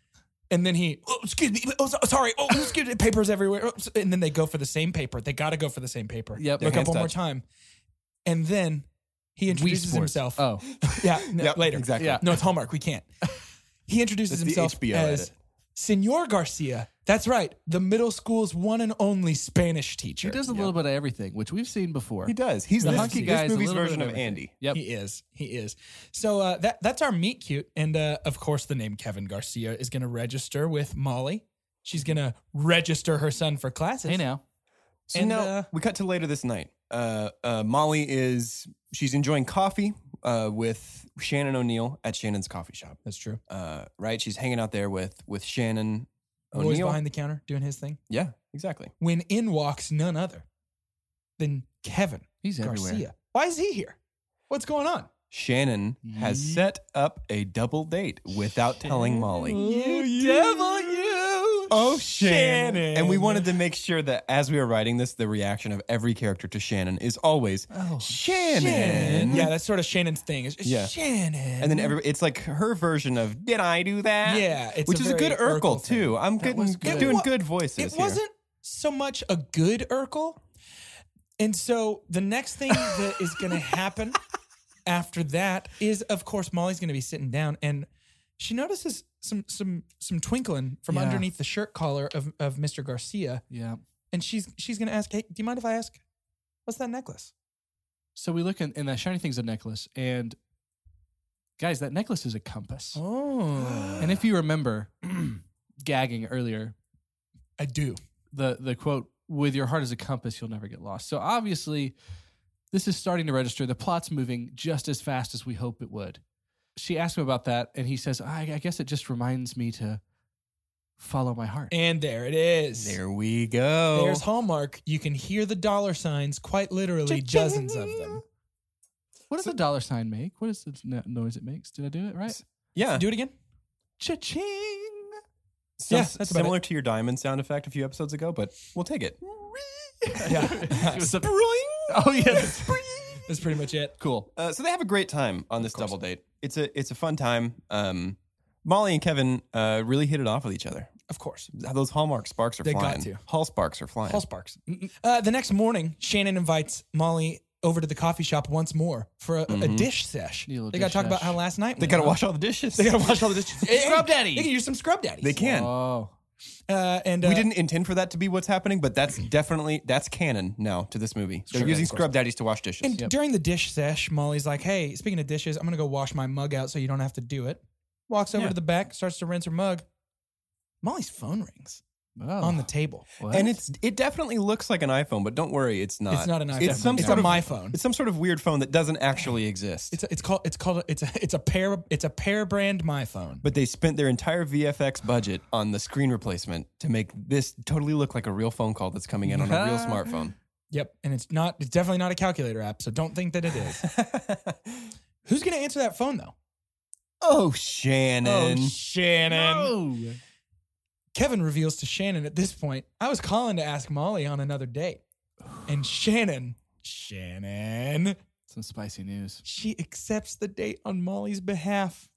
[SPEAKER 2] and then he, oh, excuse me, oh so- sorry, oh excuse me, papers everywhere, Oh, and then they go for the same paper. They gotta go for the same paper.
[SPEAKER 4] Yep.
[SPEAKER 2] look up
[SPEAKER 3] hands
[SPEAKER 2] one more
[SPEAKER 3] touch.
[SPEAKER 2] time, and then he introduces
[SPEAKER 4] Sports.
[SPEAKER 2] himself.
[SPEAKER 4] Oh,
[SPEAKER 2] yeah, no,
[SPEAKER 3] Yep,
[SPEAKER 2] later.
[SPEAKER 3] Exactly.
[SPEAKER 4] Yeah.
[SPEAKER 2] No, it's Hallmark. We can't. He introduces
[SPEAKER 3] That's the
[SPEAKER 2] himself
[SPEAKER 3] HBO
[SPEAKER 2] as
[SPEAKER 3] edit.
[SPEAKER 2] Senor Garcia, That's right. The middle school's one and only Spanish teacher.
[SPEAKER 4] He does a little bit of everything, which we've seen before.
[SPEAKER 3] He does. He's
[SPEAKER 4] The
[SPEAKER 3] the this,
[SPEAKER 4] hunky
[SPEAKER 3] this
[SPEAKER 4] guy is a
[SPEAKER 3] movie's
[SPEAKER 4] little bit
[SPEAKER 3] version
[SPEAKER 4] of
[SPEAKER 3] of,
[SPEAKER 4] everything.
[SPEAKER 3] Andy.
[SPEAKER 4] Yep.
[SPEAKER 2] He is. He is. So uh, that that's our meet cute, and uh, of course, the name Kevin Garcia is going to register with Molly. She's going to register her son for classes.
[SPEAKER 4] hey now.
[SPEAKER 3] So
[SPEAKER 2] And,
[SPEAKER 3] now
[SPEAKER 2] uh,
[SPEAKER 3] we cut to later this night. Uh, uh, Molly is she's enjoying coffee uh, with Shannon O'Neill at Shannon's coffee shop.
[SPEAKER 2] That's true.
[SPEAKER 3] Uh, right, she's hanging out there with with Shannon
[SPEAKER 2] Always
[SPEAKER 3] O'Neill.
[SPEAKER 2] behind the counter doing his thing.
[SPEAKER 3] yeah, exactly.
[SPEAKER 2] When in walks none other than Kevin
[SPEAKER 4] He's
[SPEAKER 2] Garcia.
[SPEAKER 4] everywhere.
[SPEAKER 2] Why is he here? What's going on?
[SPEAKER 3] Shannon has
[SPEAKER 4] Ye-
[SPEAKER 3] set up a double date without telling Molly.
[SPEAKER 2] You
[SPEAKER 4] devil,
[SPEAKER 2] you! Oh, Shannon.
[SPEAKER 3] And we wanted to make sure that as we were writing this, the reaction of every character to Shannon is always
[SPEAKER 4] Oh,
[SPEAKER 3] Shannon.
[SPEAKER 2] Shannon. Yeah, that's sort of Shannon's thing. It's
[SPEAKER 3] Yeah.
[SPEAKER 2] Shannon.
[SPEAKER 3] And then every it's like her version of "Did I do that?"
[SPEAKER 2] Mm-hmm. Yeah, it's
[SPEAKER 3] which
[SPEAKER 2] a
[SPEAKER 3] is a good
[SPEAKER 2] very
[SPEAKER 3] Urkel,
[SPEAKER 2] Urkel thing.
[SPEAKER 3] too. I'm getting,
[SPEAKER 4] was
[SPEAKER 3] good.
[SPEAKER 4] good.
[SPEAKER 3] doing
[SPEAKER 2] It wa-
[SPEAKER 3] good voices.
[SPEAKER 2] it
[SPEAKER 3] here.
[SPEAKER 2] wasn't so much a good Urkel. And so the next thing that is going to happen after that is, of course, Molly's going to be sitting down and she notices some some some twinkling from
[SPEAKER 4] Yeah.
[SPEAKER 2] underneath the shirt collar of, of Mr. Garcia,
[SPEAKER 4] Yeah.
[SPEAKER 2] and she's she's going to ask, "Hey, do you mind if I ask, what's that necklace?"
[SPEAKER 4] So we look in, and that shiny thing's a necklace. And guys, that necklace is a compass.
[SPEAKER 2] Oh,
[SPEAKER 4] And if you remember gagging earlier,
[SPEAKER 2] I do.
[SPEAKER 4] the the quote, with your heart as a compass, you'll never get lost. So obviously, this is starting to register. The plot's moving just as fast as we hope it would. She asked him about that, and he says, I, I guess it just reminds me to follow my heart.
[SPEAKER 2] And there it is.
[SPEAKER 3] There we go.
[SPEAKER 2] There's Hallmark. You can hear the dollar signs, quite literally dozens of them.
[SPEAKER 4] what does a dollar sign make? What is the no- noise it makes? Did I do it right?
[SPEAKER 3] yeah,
[SPEAKER 2] Do it again.
[SPEAKER 4] Cha-ching!
[SPEAKER 3] Some-
[SPEAKER 2] yeah, that's about
[SPEAKER 3] similar to your diamond sound effect a few episodes ago, but we'll take it.
[SPEAKER 4] Yeah. it was a- oh, yes.
[SPEAKER 2] That's pretty much it.
[SPEAKER 4] cool.
[SPEAKER 3] Uh, so they have a great time on this double date. It's a it's a fun time. Um, Molly and Kevin uh, really hit it off with each other.
[SPEAKER 2] Of course.
[SPEAKER 3] Those hallmark sparks are
[SPEAKER 2] They got
[SPEAKER 3] flying.
[SPEAKER 2] to.
[SPEAKER 3] Hall sparks are flying.
[SPEAKER 2] Paul Sparks. Uh, the next morning, Shannon invites Molly over to the coffee shop once more for a, a dish sesh. They
[SPEAKER 4] Need a
[SPEAKER 2] got
[SPEAKER 4] little
[SPEAKER 2] to
[SPEAKER 4] dish
[SPEAKER 2] talk about
[SPEAKER 4] sesh.
[SPEAKER 2] how last night
[SPEAKER 3] Mm-hmm. they
[SPEAKER 2] went
[SPEAKER 3] gotta
[SPEAKER 2] down.
[SPEAKER 3] wash all the dishes.
[SPEAKER 2] They gotta wash all the dishes.
[SPEAKER 4] Scrub daddy.
[SPEAKER 2] They can use some scrub daddies.
[SPEAKER 3] They can.
[SPEAKER 4] Oh.
[SPEAKER 2] Uh, and uh,
[SPEAKER 3] we didn't intend for that to be what's happening, but that's definitely that's canon now to this movie. They're
[SPEAKER 2] Sure.
[SPEAKER 3] using
[SPEAKER 2] Of course.
[SPEAKER 3] scrub daddies to wash dishes.
[SPEAKER 2] And during the dish sesh, Molly's like, "Hey, speaking of dishes, I'm gonna go wash my mug out so you don't have to do it." Walks over
[SPEAKER 3] Yeah.
[SPEAKER 2] to the back, starts to rinse her mug. Molly's phone rings on the table.
[SPEAKER 4] Oh, what?
[SPEAKER 3] And it's it definitely looks like an iPhone, but don't worry, it's not.
[SPEAKER 2] It's not an iPhone.
[SPEAKER 3] It's some
[SPEAKER 2] It's
[SPEAKER 3] sort
[SPEAKER 2] a
[SPEAKER 3] of
[SPEAKER 2] my phone.
[SPEAKER 3] It's some sort of weird phone that doesn't actually exist.
[SPEAKER 2] It's a, it's called it's called a, it's a it's a pair it's a pair brand my phone.
[SPEAKER 3] but they spent their entire VFX budget on the screen replacement to make this totally look like a real phone call that's coming in on a real smartphone.
[SPEAKER 2] Yep, and it's not it's definitely not a calculator app, so don't think that it is. Who's gonna answer that phone though?
[SPEAKER 3] oh, Shannon.
[SPEAKER 2] Shannon.
[SPEAKER 4] oh.
[SPEAKER 2] Kevin reveals to Shannon at this point, I was calling to ask Molly on another date. And Shannon, Shannon,
[SPEAKER 4] Some spicy news.
[SPEAKER 2] she accepts the date on Molly's behalf.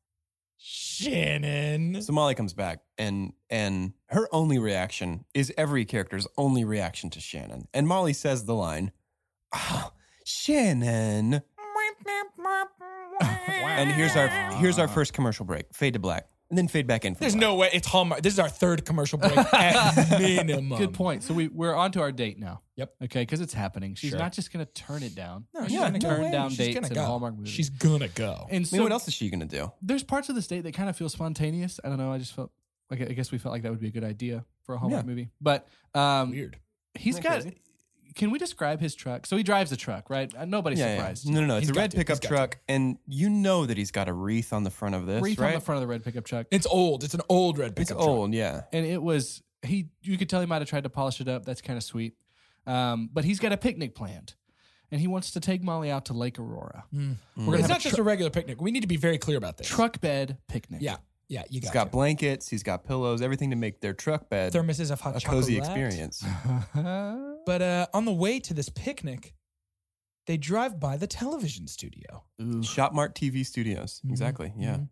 [SPEAKER 2] Shannon.
[SPEAKER 3] so Molly comes back and and her only reaction is every character's only reaction to Shannon. And Molly says the line, "Ah, Shannon. and here's our here's our first commercial break. Fade to black. And then fade back in. for
[SPEAKER 2] There's
[SPEAKER 3] black.
[SPEAKER 2] no way it's Hallmark. This is our third commercial break at minimum.
[SPEAKER 4] Good point. So we, we're on to our date now.
[SPEAKER 2] Um, Yep.
[SPEAKER 4] Okay, because it's happening. She's
[SPEAKER 2] Sure.
[SPEAKER 4] not just going to turn it down.
[SPEAKER 2] No, she's
[SPEAKER 4] She's gonna
[SPEAKER 2] gonna
[SPEAKER 4] turn
[SPEAKER 2] go.
[SPEAKER 4] down
[SPEAKER 2] She's
[SPEAKER 4] dates
[SPEAKER 2] gonna
[SPEAKER 4] in
[SPEAKER 2] go.
[SPEAKER 4] Hallmark movies.
[SPEAKER 2] She's gonna go.
[SPEAKER 4] and
[SPEAKER 3] I
[SPEAKER 4] so
[SPEAKER 3] mean, what else is she gonna do?
[SPEAKER 4] there's parts of this date that kind of feel spontaneous. I don't know. I just felt like I guess we felt like that would be a good idea for a Hallmark
[SPEAKER 3] Yeah.
[SPEAKER 4] movie. But um,
[SPEAKER 2] Weird.
[SPEAKER 4] he's
[SPEAKER 3] Isn't that
[SPEAKER 4] got. Can we describe his truck? So he drives a truck, right? Uh, Nobody's
[SPEAKER 3] Yeah, yeah.
[SPEAKER 4] surprised.
[SPEAKER 3] No, no, no. It's
[SPEAKER 2] He's
[SPEAKER 3] a
[SPEAKER 2] got
[SPEAKER 3] red
[SPEAKER 2] to.
[SPEAKER 3] pickup
[SPEAKER 2] He's got
[SPEAKER 3] truck, and you know that he's got a wreath on the front of this,
[SPEAKER 4] Wreath
[SPEAKER 3] right?
[SPEAKER 4] on the front of the red pickup truck,
[SPEAKER 2] It's old. It's an old red
[SPEAKER 3] it's
[SPEAKER 2] pickup truck.
[SPEAKER 3] old, yeah.
[SPEAKER 4] and it was he. You could tell he might have tried to polish it up. That's kind of sweet. Um, but he's got a picnic planned, and he wants to take Molly out to Lake Aurora. We're gonna
[SPEAKER 2] It's
[SPEAKER 4] have
[SPEAKER 2] not
[SPEAKER 4] a
[SPEAKER 2] just a regular picnic. We need to be very clear about this.
[SPEAKER 4] truck bed picnic.
[SPEAKER 2] Yeah. Yeah. You
[SPEAKER 3] He's
[SPEAKER 2] got,
[SPEAKER 3] got
[SPEAKER 2] to.
[SPEAKER 3] blankets. He's got pillows. Everything to make their truck bed
[SPEAKER 2] thermoses of hot
[SPEAKER 3] a
[SPEAKER 2] chocolate.
[SPEAKER 3] cozy experience.
[SPEAKER 2] But uh, on the way to this picnic, they drive by the television studio.
[SPEAKER 4] Ooh. Mm-hmm.
[SPEAKER 3] Shopmart TV Studios.
[SPEAKER 2] Mhm,
[SPEAKER 3] Exactly. Yeah.
[SPEAKER 2] mhm.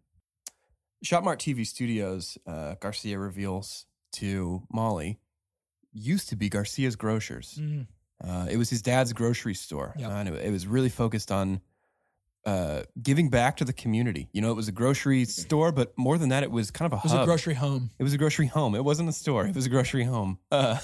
[SPEAKER 3] Shopmart TV Studios, uh, Garcia reveals to Molly, used to be Garcia's Grocers.
[SPEAKER 2] Mm.
[SPEAKER 3] Uh, it was his dad's grocery store.
[SPEAKER 2] Yep.
[SPEAKER 3] Uh, and it, it was really focused on uh, giving back to the community. You know, it was a grocery store, but more than that, it was kind of a
[SPEAKER 2] Mm-hmm. It was
[SPEAKER 3] hub.
[SPEAKER 2] a grocery home.
[SPEAKER 3] It was a grocery home. It wasn't a store. It was a grocery home. Uh,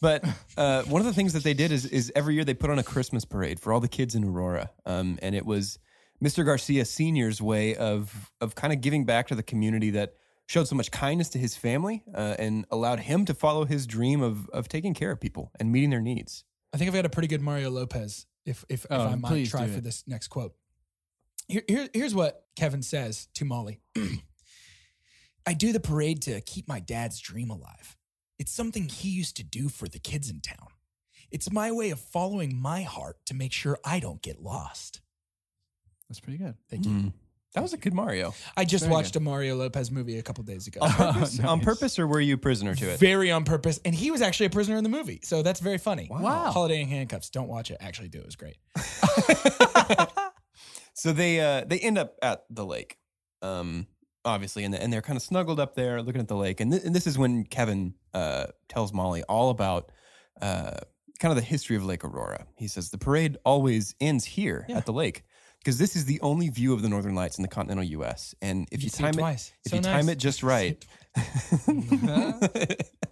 [SPEAKER 3] but uh, one of the things that they did is, is every year they put on a Christmas parade for all the kids in Aurora, um, and it was Mr. Garcia Senior's way of of kind of giving back to the community that showed so much kindness to his family uh, and allowed him to follow his dream of of taking care of people and meeting their needs.
[SPEAKER 2] I think I've got a pretty good Mario Lopez. If if,
[SPEAKER 4] Oh,
[SPEAKER 2] if I might
[SPEAKER 4] please
[SPEAKER 2] try
[SPEAKER 4] do
[SPEAKER 2] for
[SPEAKER 4] it.
[SPEAKER 2] this next quote, here, here here's what Kevin says to Molly. I do the parade to keep my dad's dream alive. It's something he used to do for the kids in town. It's my way of following my heart to make sure I don't get lost.
[SPEAKER 4] That's pretty good.
[SPEAKER 2] Thank you.
[SPEAKER 3] Mm. That was a good Mario.
[SPEAKER 2] I just
[SPEAKER 4] Very
[SPEAKER 2] watched a Mario Lopez movie a couple days ago.
[SPEAKER 3] Purpose- On purpose, or were you prisoner to it?
[SPEAKER 2] Very on purpose. And he was actually a prisoner in the movie. So that's very funny.
[SPEAKER 4] Wow.
[SPEAKER 2] Holiday in handcuffs. Don't watch it. Actually, do. It was great.
[SPEAKER 3] so they uh, they end up at the lake, um, obviously, and, and they're kind of snuggled up there looking at the lake. And, th- and this is when Kevin uh, tells Molly all about uh, kind of the history of Lake Aurora. He says the parade always ends here at the lake because this is the only view of the northern lights in the continental U.S. And if you,
[SPEAKER 2] see it
[SPEAKER 3] time it,
[SPEAKER 2] twice.
[SPEAKER 3] if
[SPEAKER 2] So
[SPEAKER 3] you time
[SPEAKER 2] nice.
[SPEAKER 3] it just right,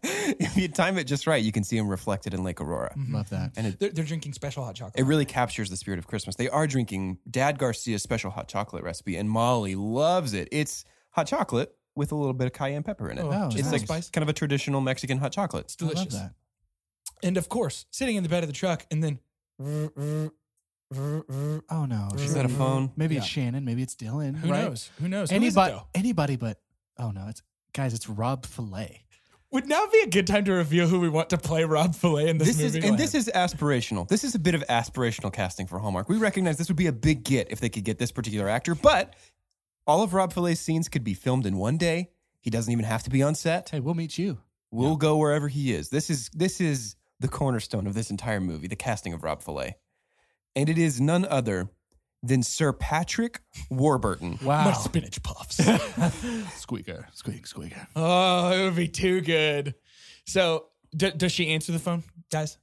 [SPEAKER 3] if you time it just right, you can see them reflected in Lake Aurora.
[SPEAKER 4] Love that.
[SPEAKER 3] And it,
[SPEAKER 2] Mm-hmm. They're, they're drinking special hot chocolate.
[SPEAKER 3] it really captures the spirit of Christmas. They are drinking Dad Garcia's special hot chocolate recipe, and Molly loves it. It's hot chocolate with a little bit of cayenne pepper in it.
[SPEAKER 4] Oh,
[SPEAKER 3] it's
[SPEAKER 4] nice.
[SPEAKER 3] like kind of a traditional Mexican hot chocolate. It's
[SPEAKER 4] I love
[SPEAKER 2] delicious.
[SPEAKER 4] that.
[SPEAKER 2] And of course, sitting in the bed of the truck and then
[SPEAKER 4] Oh no.
[SPEAKER 3] Is that a phone?
[SPEAKER 4] Maybe it's
[SPEAKER 2] Yeah.
[SPEAKER 4] Shannon. Maybe it's Dylan.
[SPEAKER 2] who
[SPEAKER 4] right?
[SPEAKER 2] knows? Who knows? Who is it,
[SPEAKER 4] Anybody,
[SPEAKER 2] though?
[SPEAKER 4] anybody but. Oh no, it's guys. It's Rob Fillet.
[SPEAKER 2] Would now be a good time to reveal who we want to play Rob Fillet in this,
[SPEAKER 3] This is
[SPEAKER 2] movie?
[SPEAKER 3] and this is aspirational. This is a bit of aspirational casting for Hallmark. We recognize this would be a big get if they could get this particular actor, but all of Rob Fillet's scenes could be filmed in one day. He doesn't even have to be on set.
[SPEAKER 4] Hey, we'll meet you.
[SPEAKER 3] We'll go wherever he is. This is this is the cornerstone of this entire movie, the casting of Rob Fillet. And it is none other than Sir Patrick Warburton.
[SPEAKER 2] My
[SPEAKER 4] Wow.
[SPEAKER 2] spinach puffs.
[SPEAKER 4] squeaker, squeak, squeaker.
[SPEAKER 2] oh, it would be too good. So, d- does she answer the phone, guys?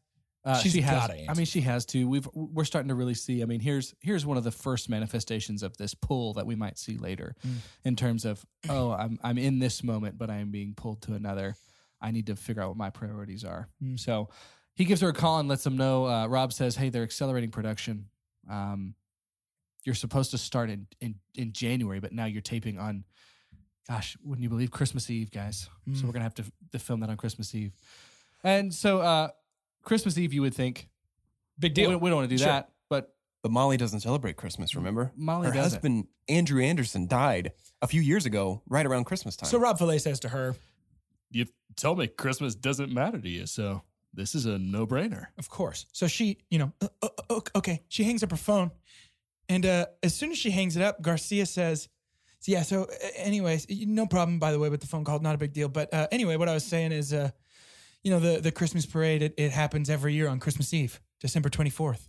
[SPEAKER 4] Uh,
[SPEAKER 2] She's
[SPEAKER 4] she has.
[SPEAKER 2] gotta answer.
[SPEAKER 4] I mean, she has to. We've we're starting to really see. I mean, here's here's one of the first manifestations of this pull that we might see later,
[SPEAKER 2] Mm.
[SPEAKER 4] in terms of oh, I'm I'm in this moment, but I am being pulled to another. I need to figure out what my priorities are.
[SPEAKER 2] Mm.
[SPEAKER 4] So he gives her a call and lets them know. Uh, Rob says, "Hey, they're accelerating production. Um, you're supposed to start in, in in January, but now you're taping on. Gosh, wouldn't you believe Christmas Eve, guys?
[SPEAKER 2] Mm.
[SPEAKER 4] So we're gonna have to, f- to film that on Christmas Eve. And so uh, Christmas Eve, you would think
[SPEAKER 2] Big
[SPEAKER 4] well,
[SPEAKER 2] deal.
[SPEAKER 4] We, we don't want to do
[SPEAKER 2] Sure.
[SPEAKER 4] that. But
[SPEAKER 3] But Molly doesn't celebrate Christmas, remember?
[SPEAKER 4] Molly
[SPEAKER 3] Her
[SPEAKER 4] doesn't.
[SPEAKER 3] husband Andrew Anderson died a few years ago, right around Christmas time.
[SPEAKER 2] So, Rob Fillet says to her,
[SPEAKER 4] you tell me Christmas doesn't matter to you, so this is a no-brainer.
[SPEAKER 2] Of course. So she, you know, uh, uh, uh, okay, she hangs up her phone. And uh, as soon as she hangs it up, Garcia says, so, yeah, so uh, anyways, y- no problem, by the way, with the phone call. Not a big deal. But uh, anyway, what I was saying is, uh, you know, the, the Christmas parade, it, it happens every year on Christmas Eve, December 24th.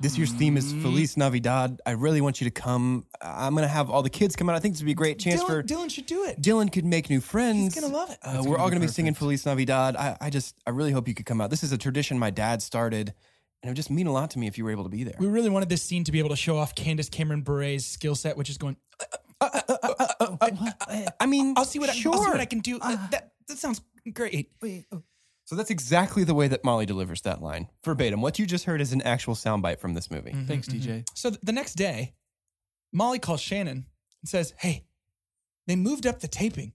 [SPEAKER 3] this year's theme is Feliz Navidad. I really want you to come. I'm gonna have all the kids come out. I think this would be a great chance
[SPEAKER 2] Dylan,
[SPEAKER 3] for
[SPEAKER 2] Dylan should do it.
[SPEAKER 3] Dylan could make new friends.
[SPEAKER 2] He's gonna love it.
[SPEAKER 3] Uh, we're all gonna be singing Feliz Navidad. I, I just, I really hope you could come out. This is a tradition my dad started, and it would just mean a lot to me if you were able to be there.
[SPEAKER 2] We really wanted this scene to be able to show off Candace Cameron Bure's skill set, which is going,
[SPEAKER 3] Uh, I mean,
[SPEAKER 2] Uh, I'll see what,
[SPEAKER 3] sure. Ah.
[SPEAKER 2] I, I'll see what I can do. Uh, that, that sounds great.
[SPEAKER 3] So that's exactly the way that Molly delivers that line verbatim. What you just heard is an actual soundbite from this movie.
[SPEAKER 2] Mm-hmm.
[SPEAKER 4] Thanks, DJ.
[SPEAKER 2] So th- the next day, Molly calls Shannon and says, Hey, they moved up the taping.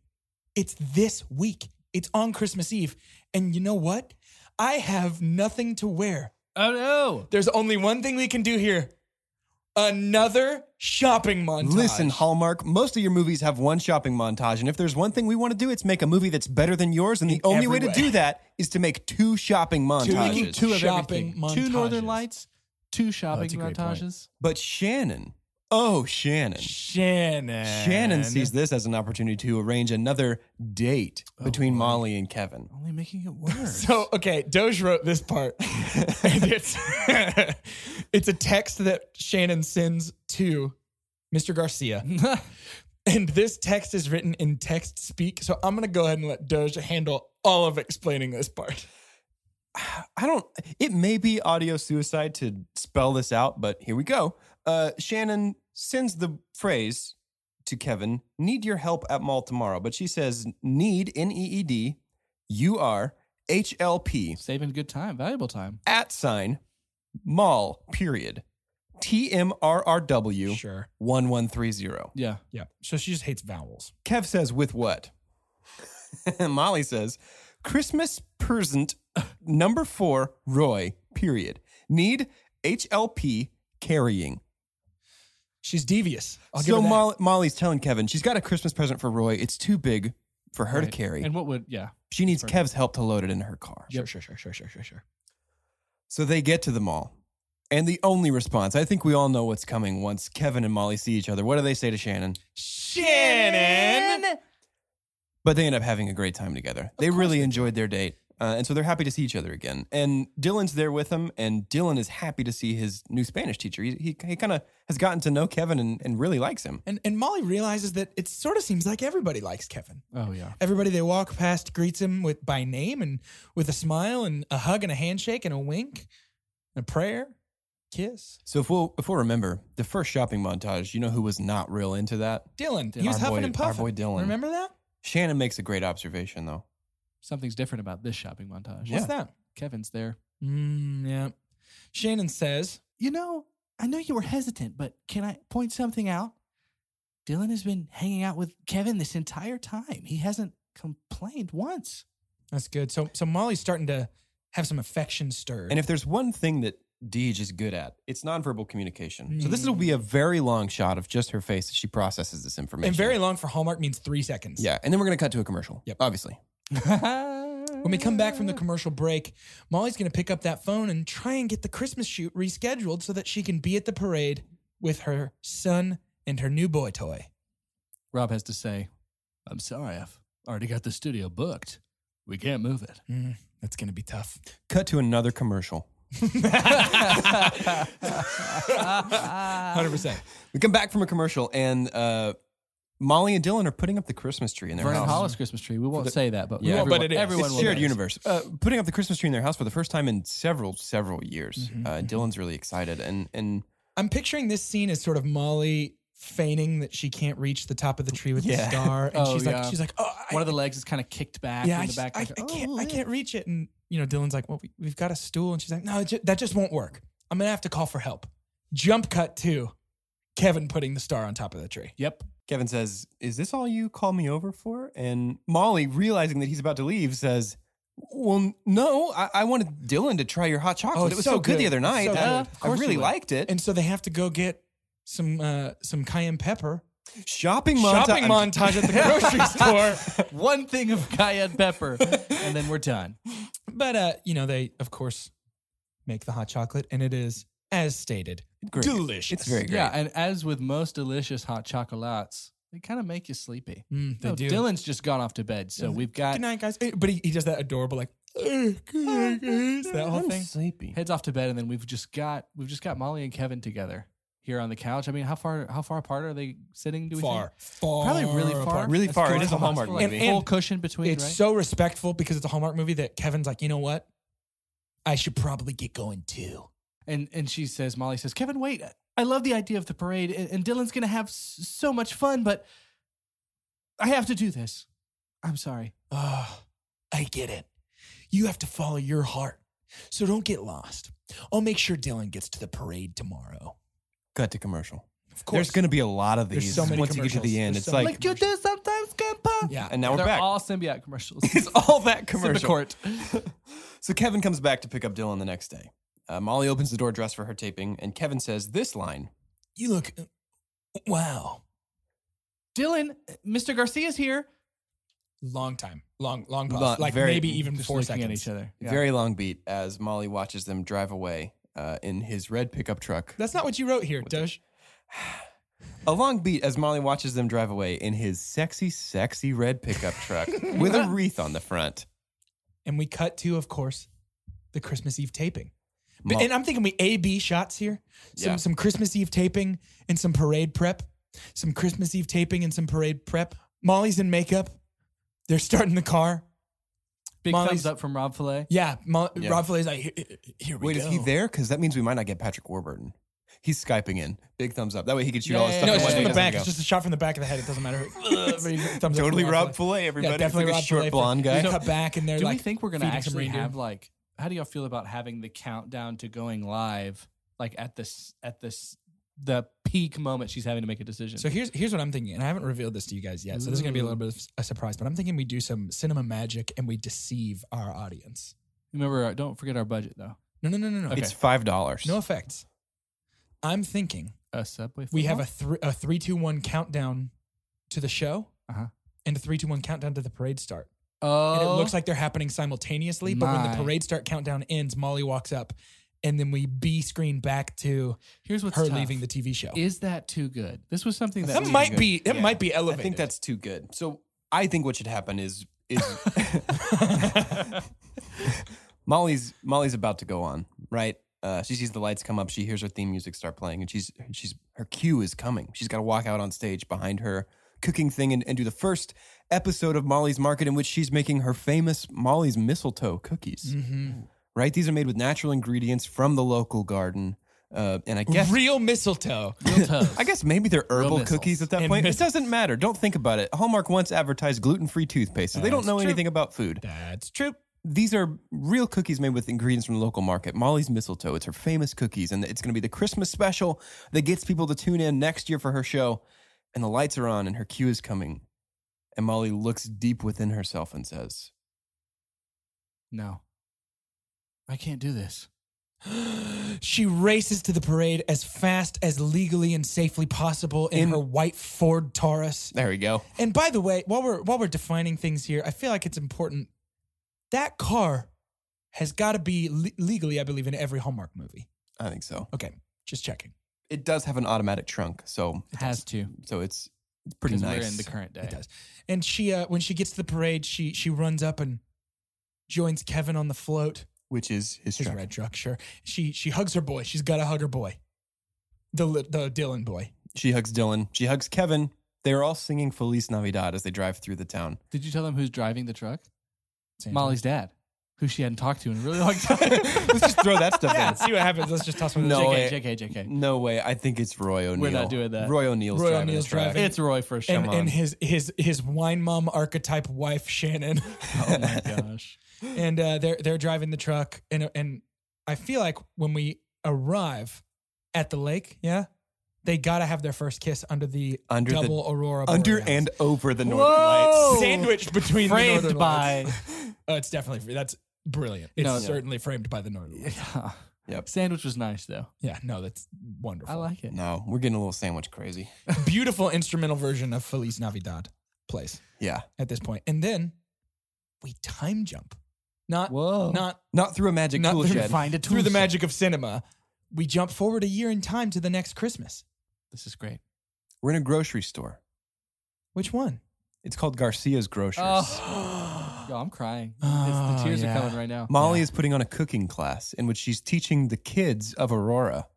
[SPEAKER 2] It's this week, it's on Christmas Eve. And you know what? I have nothing to wear.
[SPEAKER 4] Oh no!
[SPEAKER 2] There's only one thing we can do here another shopping montage.
[SPEAKER 3] Listen, Hallmark, most of your movies have one shopping montage, and if there's one thing we want to do, it's make a movie that's better than yours, and the only way to
[SPEAKER 2] every way.
[SPEAKER 3] do that is to make two shopping
[SPEAKER 2] making
[SPEAKER 3] montages.
[SPEAKER 2] two of
[SPEAKER 4] Shopping
[SPEAKER 2] everything.
[SPEAKER 4] Two Northern
[SPEAKER 2] montages.
[SPEAKER 4] Lights. Two shopping
[SPEAKER 3] that's a great point.
[SPEAKER 4] montages.
[SPEAKER 3] But Shannon, oh Shannon.
[SPEAKER 2] Shannon.
[SPEAKER 3] Shannon sees this as an opportunity to arrange another date between Molly and Kevin.
[SPEAKER 4] Only making it worse.
[SPEAKER 2] So okay, Doge wrote this part, and it's it's a text that Shannon sends to Mr. Garcia, and this text is written in text speak. So I'm gonna go ahead and let Doge handle all of explaining this part.
[SPEAKER 3] I don't. It may be audio suicide to spell this out, but here we go. Uh, Shannon sends the phrase to Kevin, need your help at mall tomorrow. But she says, need, N E E D, U R H L P,
[SPEAKER 4] Saving good time, valuable time.
[SPEAKER 3] at sign, mall, period, T M R R W
[SPEAKER 2] Sure.
[SPEAKER 3] 1130.
[SPEAKER 4] Yeah.
[SPEAKER 2] Yeah. So she just hates vowels.
[SPEAKER 3] Kev says, with what? Molly says, Christmas present uh, number four, Roy, period. Need HLP carrying.
[SPEAKER 2] She's devious. I'll give
[SPEAKER 3] so
[SPEAKER 2] her that.
[SPEAKER 3] Mol- Molly's telling Kevin she's got a Christmas present for Roy. It's too big for her to
[SPEAKER 4] Right.
[SPEAKER 3] carry.
[SPEAKER 4] And what would, yeah.
[SPEAKER 3] she needs Kev's help to load it into her car.
[SPEAKER 2] Sure, sure, sure, sure, sure, sure, sure.
[SPEAKER 3] So they get to the mall. And the only response, I think we all know what's coming once Kevin and Molly see each other. What do they say to Shannon?
[SPEAKER 2] Shannon.
[SPEAKER 3] But they end up having a great time together. They really enjoyed their date. Uh, and so they're happy to see each other again. And Dylan's there with them, and Dylan is happy to see his new Spanish teacher. He, he, he kind of has gotten to know Kevin and, and really likes him.
[SPEAKER 2] And and Molly realizes that it sort of seems like everybody likes Kevin.
[SPEAKER 4] Oh, yeah.
[SPEAKER 2] Everybody they walk past greets him with by name and with a smile and a hug and a handshake and a wink and a prayer, kiss.
[SPEAKER 3] So if we'll, if we'll remember, the first shopping montage, you know who was not real into that?
[SPEAKER 2] Dylan, he was
[SPEAKER 3] Our
[SPEAKER 2] huffing
[SPEAKER 3] boy-
[SPEAKER 2] and puffing.
[SPEAKER 3] our boy Dylan.
[SPEAKER 2] Remember that?
[SPEAKER 3] Shannon makes a great observation, though.
[SPEAKER 4] Something's different about this shopping montage.
[SPEAKER 3] Yeah.
[SPEAKER 2] What's that?
[SPEAKER 4] Kevin's there.
[SPEAKER 2] Mm, yeah. Shannon says,
[SPEAKER 4] You know, I know you were hesitant, but can I point something out? Dylan has been hanging out with Kevin this entire time. He hasn't complained once.
[SPEAKER 2] "That's good." So so Molly's starting to have some affection stirred.
[SPEAKER 3] And if there's one thing that Deej is good at, it's nonverbal communication. So this will be a very long shot of just her face as she processes this information.
[SPEAKER 2] and very long for Hallmark means three seconds.
[SPEAKER 3] yeah, and then we're gonna cut to a commercial.
[SPEAKER 2] Yep.
[SPEAKER 3] obviously.
[SPEAKER 2] When we come back from the commercial break, Molly's going to pick up that phone and try and get the Christmas shoot rescheduled so that she can be at the parade with her son and her new boy toy.
[SPEAKER 4] Rob has to say, I'm sorry, I've already got the studio booked. We can't move it.
[SPEAKER 2] Mm, that's going to be tough.
[SPEAKER 3] Cut to another commercial.
[SPEAKER 4] Uh.
[SPEAKER 2] 100%.
[SPEAKER 3] We come back from a commercial, and uh, Molly and Dylan are putting up the Christmas tree in their
[SPEAKER 4] Vernon
[SPEAKER 3] house.
[SPEAKER 4] Hollis Christmas tree. We won't say that, but
[SPEAKER 3] Yeah.
[SPEAKER 4] everyone,
[SPEAKER 3] Well,
[SPEAKER 2] but it is.
[SPEAKER 4] everyone
[SPEAKER 3] It's
[SPEAKER 4] will
[SPEAKER 3] shared
[SPEAKER 4] know.
[SPEAKER 3] universe. Uh, putting up the Christmas tree in their house for the first time in several, several years. Uh, Dylan's really excited, and and
[SPEAKER 2] I'm picturing this scene as sort of Molly feigning that she can't reach the top of the tree with
[SPEAKER 3] Yeah.
[SPEAKER 2] the star. And
[SPEAKER 4] Oh,
[SPEAKER 2] she's
[SPEAKER 4] yeah.
[SPEAKER 2] like, she's like, oh, I,
[SPEAKER 4] One of the legs is kind of kicked back
[SPEAKER 2] yeah,
[SPEAKER 4] in
[SPEAKER 2] I,
[SPEAKER 4] the
[SPEAKER 2] just-
[SPEAKER 4] back.
[SPEAKER 2] I,
[SPEAKER 4] like,
[SPEAKER 2] I can't,
[SPEAKER 4] "Oh,
[SPEAKER 2] I can't reach it. And, you know, Dylan's like, well, we, we've got a stool. And she's like, no, it ju- that just won't work. I'm going to have to call for help. Jump cut to Kevin putting the star on top of the tree.
[SPEAKER 4] Yep.
[SPEAKER 3] Kevin says, "Is this all you call me over for?" And Molly, realizing that he's about to leave, says, "Well, n- no. I, I wanted Dylan to try your hot chocolate.
[SPEAKER 2] Oh,
[SPEAKER 3] it was
[SPEAKER 2] so
[SPEAKER 3] so good, the
[SPEAKER 2] good.
[SPEAKER 3] other night.
[SPEAKER 2] So
[SPEAKER 3] I-
[SPEAKER 2] good.
[SPEAKER 3] I,
[SPEAKER 4] Of course
[SPEAKER 3] really
[SPEAKER 4] you would.
[SPEAKER 3] liked it."
[SPEAKER 2] and so they have to go get some uh, some cayenne pepper.
[SPEAKER 3] shopping montage.
[SPEAKER 2] Shopping montage at the grocery store.
[SPEAKER 4] One thing of cayenne pepper, and then we're done.
[SPEAKER 2] But uh, you know, they of course make the hot chocolate, and it is as stated,
[SPEAKER 3] Great.
[SPEAKER 2] delicious.
[SPEAKER 3] It's very great.
[SPEAKER 4] Yeah, and as with most delicious hot chocolates, they kind of make you sleepy.
[SPEAKER 2] Mm, they
[SPEAKER 4] No,
[SPEAKER 2] do.
[SPEAKER 4] Dylan's just gone off to bed, so we've got
[SPEAKER 2] Good night, guys. Eh, But he, he does that adorable like "Eh, good night, guys," that whole
[SPEAKER 3] I'm
[SPEAKER 2] thing.
[SPEAKER 3] sleepy.
[SPEAKER 4] heads off to bed, and then we've just got we've just got Molly and Kevin together here on the couch. I mean, how far how far apart are they sitting? Do we
[SPEAKER 2] Far,
[SPEAKER 4] think?
[SPEAKER 2] far,
[SPEAKER 4] Probably really far,
[SPEAKER 2] apart.
[SPEAKER 3] Really
[SPEAKER 4] As
[SPEAKER 3] far.
[SPEAKER 4] as
[SPEAKER 3] It is a Hallmark
[SPEAKER 4] possible, like
[SPEAKER 2] movie.
[SPEAKER 4] full
[SPEAKER 2] And-
[SPEAKER 4] cushion between.
[SPEAKER 2] It's
[SPEAKER 4] right?
[SPEAKER 2] so respectful because it's a Hallmark movie that Kevin's like, you know what? I should probably get going too.
[SPEAKER 4] and and she says, Molly says, Kevin, wait, I love the idea of the parade, and, and Dylan's gonna have s- so much fun, but I have to do this. I'm sorry.
[SPEAKER 2] Ah, I get it. You have to follow your heart. So don't get lost. I'll make sure Dylan gets to the parade tomorrow.
[SPEAKER 3] Cut to commercial.
[SPEAKER 2] Of
[SPEAKER 3] There's going to be a lot of
[SPEAKER 2] There's
[SPEAKER 3] these
[SPEAKER 2] so many
[SPEAKER 3] once you get to
[SPEAKER 2] commercials.
[SPEAKER 3] the end.
[SPEAKER 2] There's
[SPEAKER 3] it's
[SPEAKER 2] so
[SPEAKER 3] like,
[SPEAKER 2] many
[SPEAKER 4] Like you do sometimes, Grandpa.
[SPEAKER 2] yeah.
[SPEAKER 3] and now we're
[SPEAKER 4] They're
[SPEAKER 3] back.
[SPEAKER 4] all symbiote commercials.
[SPEAKER 3] it's all that
[SPEAKER 4] Symbiote
[SPEAKER 3] commercial.
[SPEAKER 4] court.
[SPEAKER 3] So Kevin comes back to pick up Dylan the next day. Uh, Molly opens the door dressed for her taping, and Kevin says this line.
[SPEAKER 2] You look uh, wow.
[SPEAKER 4] Dylan, Mr. Garcia's here.
[SPEAKER 2] Long time. Long long pause.
[SPEAKER 3] Long-
[SPEAKER 2] like
[SPEAKER 3] very-
[SPEAKER 2] maybe even
[SPEAKER 4] Just
[SPEAKER 2] four
[SPEAKER 4] looking
[SPEAKER 2] seconds.
[SPEAKER 4] at each other. Yeah.
[SPEAKER 3] Very long beat as Molly watches them drive away uh, in his red pickup truck.
[SPEAKER 2] That's not what you wrote here, Doge.
[SPEAKER 3] A long beat as Molly watches them drive away in his sexy, sexy red pickup truck with a wreath on the front.
[SPEAKER 2] And we cut to, of course, the Christmas Eve taping. But,
[SPEAKER 3] Mol-
[SPEAKER 2] and I'm thinking we A B shots here. Some
[SPEAKER 3] Yeah.
[SPEAKER 2] some Christmas Eve taping and some parade prep. Some Christmas Eve taping and some parade prep. Molly's in makeup. They're starting the car.
[SPEAKER 4] Big
[SPEAKER 2] Molly's-
[SPEAKER 4] thumbs up from Rob Fillet.
[SPEAKER 2] Yeah, Mo-
[SPEAKER 3] Yeah.
[SPEAKER 2] Rob Flay's like, here, here we
[SPEAKER 3] Wait,
[SPEAKER 2] go.
[SPEAKER 3] is he there? Because that means we might not get Patrick Warburton. He's skyping in. Big thumbs up. That way he could shoot
[SPEAKER 4] Yeah,
[SPEAKER 3] all his
[SPEAKER 4] yeah,
[SPEAKER 3] stuff.
[SPEAKER 4] yeah.
[SPEAKER 2] No,
[SPEAKER 3] in
[SPEAKER 2] it's
[SPEAKER 3] one
[SPEAKER 2] just
[SPEAKER 3] day.
[SPEAKER 2] from the
[SPEAKER 3] He
[SPEAKER 2] back. It's
[SPEAKER 3] doesn't
[SPEAKER 2] just a shot from the back of the head. It doesn't matter.
[SPEAKER 3] go.
[SPEAKER 2] Thumbs up
[SPEAKER 3] totally
[SPEAKER 2] for
[SPEAKER 3] Rob Fillet, everybody.
[SPEAKER 2] Yeah, definitely
[SPEAKER 3] like
[SPEAKER 2] Rob
[SPEAKER 3] a short
[SPEAKER 2] Fillet.
[SPEAKER 3] blonde guy.
[SPEAKER 2] They cut back and they're
[SPEAKER 4] do
[SPEAKER 2] like,
[SPEAKER 4] we think we're gonna
[SPEAKER 2] feeding some
[SPEAKER 4] actually
[SPEAKER 2] reindeer.
[SPEAKER 4] have like? How do y'all feel about having the countdown to going live, like at this at this the peak moment she's having to make a decision?
[SPEAKER 2] So here's here's what I'm thinking, and I haven't revealed this to you guys yet. So this is
[SPEAKER 3] Mm.
[SPEAKER 2] gonna be a little bit of a surprise, but I'm thinking we do some cinema magic and we deceive our audience.
[SPEAKER 4] remember, uh, don't forget our budget though.
[SPEAKER 2] No, no, no, no, no.
[SPEAKER 3] It's five dollars.
[SPEAKER 2] No effects. I'm thinking
[SPEAKER 4] A subway.
[SPEAKER 2] we have a
[SPEAKER 4] football?
[SPEAKER 2] three a three two one countdown to the show,
[SPEAKER 4] Uh-huh.
[SPEAKER 2] and a three two one countdown to the parade start.
[SPEAKER 4] oh,
[SPEAKER 2] and it looks like they're happening simultaneously. But when
[SPEAKER 4] My.
[SPEAKER 2] the parade start countdown ends, Molly walks up, and then we B screen back to
[SPEAKER 4] here's what's
[SPEAKER 2] her
[SPEAKER 4] tough.
[SPEAKER 2] leaving the TV show.
[SPEAKER 4] Is that too good? This was something that
[SPEAKER 2] that
[SPEAKER 4] we-
[SPEAKER 2] might be that
[SPEAKER 3] Yeah.
[SPEAKER 2] might be
[SPEAKER 3] I
[SPEAKER 2] elevated.
[SPEAKER 3] think that's too good. So I think what should happen is is Molly's Molly's about to go on, right? Uh, she sees the lights come up. She hears her theme music start playing, and she's she's her cue is coming. She's got to walk out on stage behind her cooking thing and, and do the first episode of Molly's Market in which she's making her famous Molly's mistletoe cookies. Right? These are made with natural ingredients from the local garden, uh, and I guess
[SPEAKER 2] real mistletoe.
[SPEAKER 4] Real tough.
[SPEAKER 3] I guess maybe they're herbal
[SPEAKER 4] missiles.
[SPEAKER 3] cookies at that
[SPEAKER 2] And
[SPEAKER 3] point.
[SPEAKER 2] missiles.
[SPEAKER 3] It doesn't matter. Don't think about it. Hallmark once advertised gluten-free toothpaste, so they don't know anything about food.
[SPEAKER 2] That's true.
[SPEAKER 3] These are real cookies made with ingredients from the local market. Molly's mistletoe. It's her famous cookies, and it's going to be the Christmas special that gets people to tune in next year for her show. And the lights are on, and her cue is coming. And Molly looks deep within herself and says,
[SPEAKER 4] no, I can't do this.
[SPEAKER 2] She races to the parade as fast as legally and safely possible in,
[SPEAKER 3] In-
[SPEAKER 2] her white Ford Taurus.
[SPEAKER 3] "There we go."
[SPEAKER 2] And by the way, while we're while we're defining things here, I feel like it's important that car has got to be le- legally, I believe, in every Hallmark movie.
[SPEAKER 3] I think so.
[SPEAKER 2] Okay, just checking.
[SPEAKER 3] It does have an automatic trunk, so
[SPEAKER 4] It has to.
[SPEAKER 3] so it's it's pretty
[SPEAKER 4] 'cause
[SPEAKER 3] nice.
[SPEAKER 4] We're in the current day.
[SPEAKER 2] It does. And she, uh, when she gets to the parade, she she runs up and joins Kevin on the float.
[SPEAKER 3] which is his,
[SPEAKER 2] His
[SPEAKER 3] truck.
[SPEAKER 2] red truck, sure. She she hugs her boy. She's got to hug her boy, the li- the Dylan boy.
[SPEAKER 3] She hugs Dylan. She hugs Kevin. They are all singing Feliz Navidad as they drive through the town.
[SPEAKER 4] Did you tell them who's driving the truck?
[SPEAKER 2] Santa.
[SPEAKER 4] Molly's dad, who she hadn't talked to in a really long time.
[SPEAKER 3] Let's just throw that stuff
[SPEAKER 2] Yeah,
[SPEAKER 3] in.
[SPEAKER 2] see what happens. Let's just toss one. of those.
[SPEAKER 3] No way.
[SPEAKER 4] JK, JK, JK.
[SPEAKER 3] No way. I think it's Roy O'Neill.
[SPEAKER 4] We're not doing that.
[SPEAKER 3] Roy O'Neill's
[SPEAKER 2] Roy
[SPEAKER 3] driving.
[SPEAKER 2] O'Neill's
[SPEAKER 3] the truck.
[SPEAKER 2] driving.
[SPEAKER 4] It's Roy for sure.
[SPEAKER 2] And, and his his his wine mom archetype wife Shannon,
[SPEAKER 4] oh my gosh.
[SPEAKER 2] and uh, they're they're driving the truck, and and I feel like when we arrive at the lake, yeah, they gotta have their first kiss under the
[SPEAKER 3] Under the-
[SPEAKER 2] double aurora,
[SPEAKER 3] Under
[SPEAKER 2] borealis.
[SPEAKER 3] and over the northern
[SPEAKER 4] Whoa!
[SPEAKER 2] Oh.
[SPEAKER 3] lights.
[SPEAKER 2] sandwiched between the
[SPEAKER 4] Framed
[SPEAKER 2] northern
[SPEAKER 4] by.
[SPEAKER 2] lights. Oh, it's definitely that's brilliant. It's
[SPEAKER 4] No,
[SPEAKER 2] certainly framed by the northern. Lights.
[SPEAKER 3] Yep.
[SPEAKER 4] Sandwich was nice though.
[SPEAKER 2] Yeah, no, that's wonderful.
[SPEAKER 4] I like it.
[SPEAKER 3] No, we're getting a little sandwich crazy.
[SPEAKER 2] beautiful instrumental version of Feliz Navidad plays
[SPEAKER 3] Yeah.
[SPEAKER 2] at this point, and then we time jump, not
[SPEAKER 4] Whoa.
[SPEAKER 2] not
[SPEAKER 3] Not through a magic
[SPEAKER 2] Not
[SPEAKER 3] tool
[SPEAKER 2] through
[SPEAKER 3] shed.
[SPEAKER 4] Find a tool
[SPEAKER 2] through the
[SPEAKER 4] shed.
[SPEAKER 2] magic of cinema. We jump forward a year in time to the next Christmas.
[SPEAKER 4] This is great.
[SPEAKER 3] We're in a grocery store.
[SPEAKER 2] Which one?
[SPEAKER 3] It's called Garcia's Grocers.
[SPEAKER 4] Yo, I'm crying.
[SPEAKER 2] Oh,
[SPEAKER 4] It's, the tears
[SPEAKER 2] yeah.
[SPEAKER 4] are coming right now.
[SPEAKER 3] Molly is putting on a cooking class in which she's teaching the kids of Aurora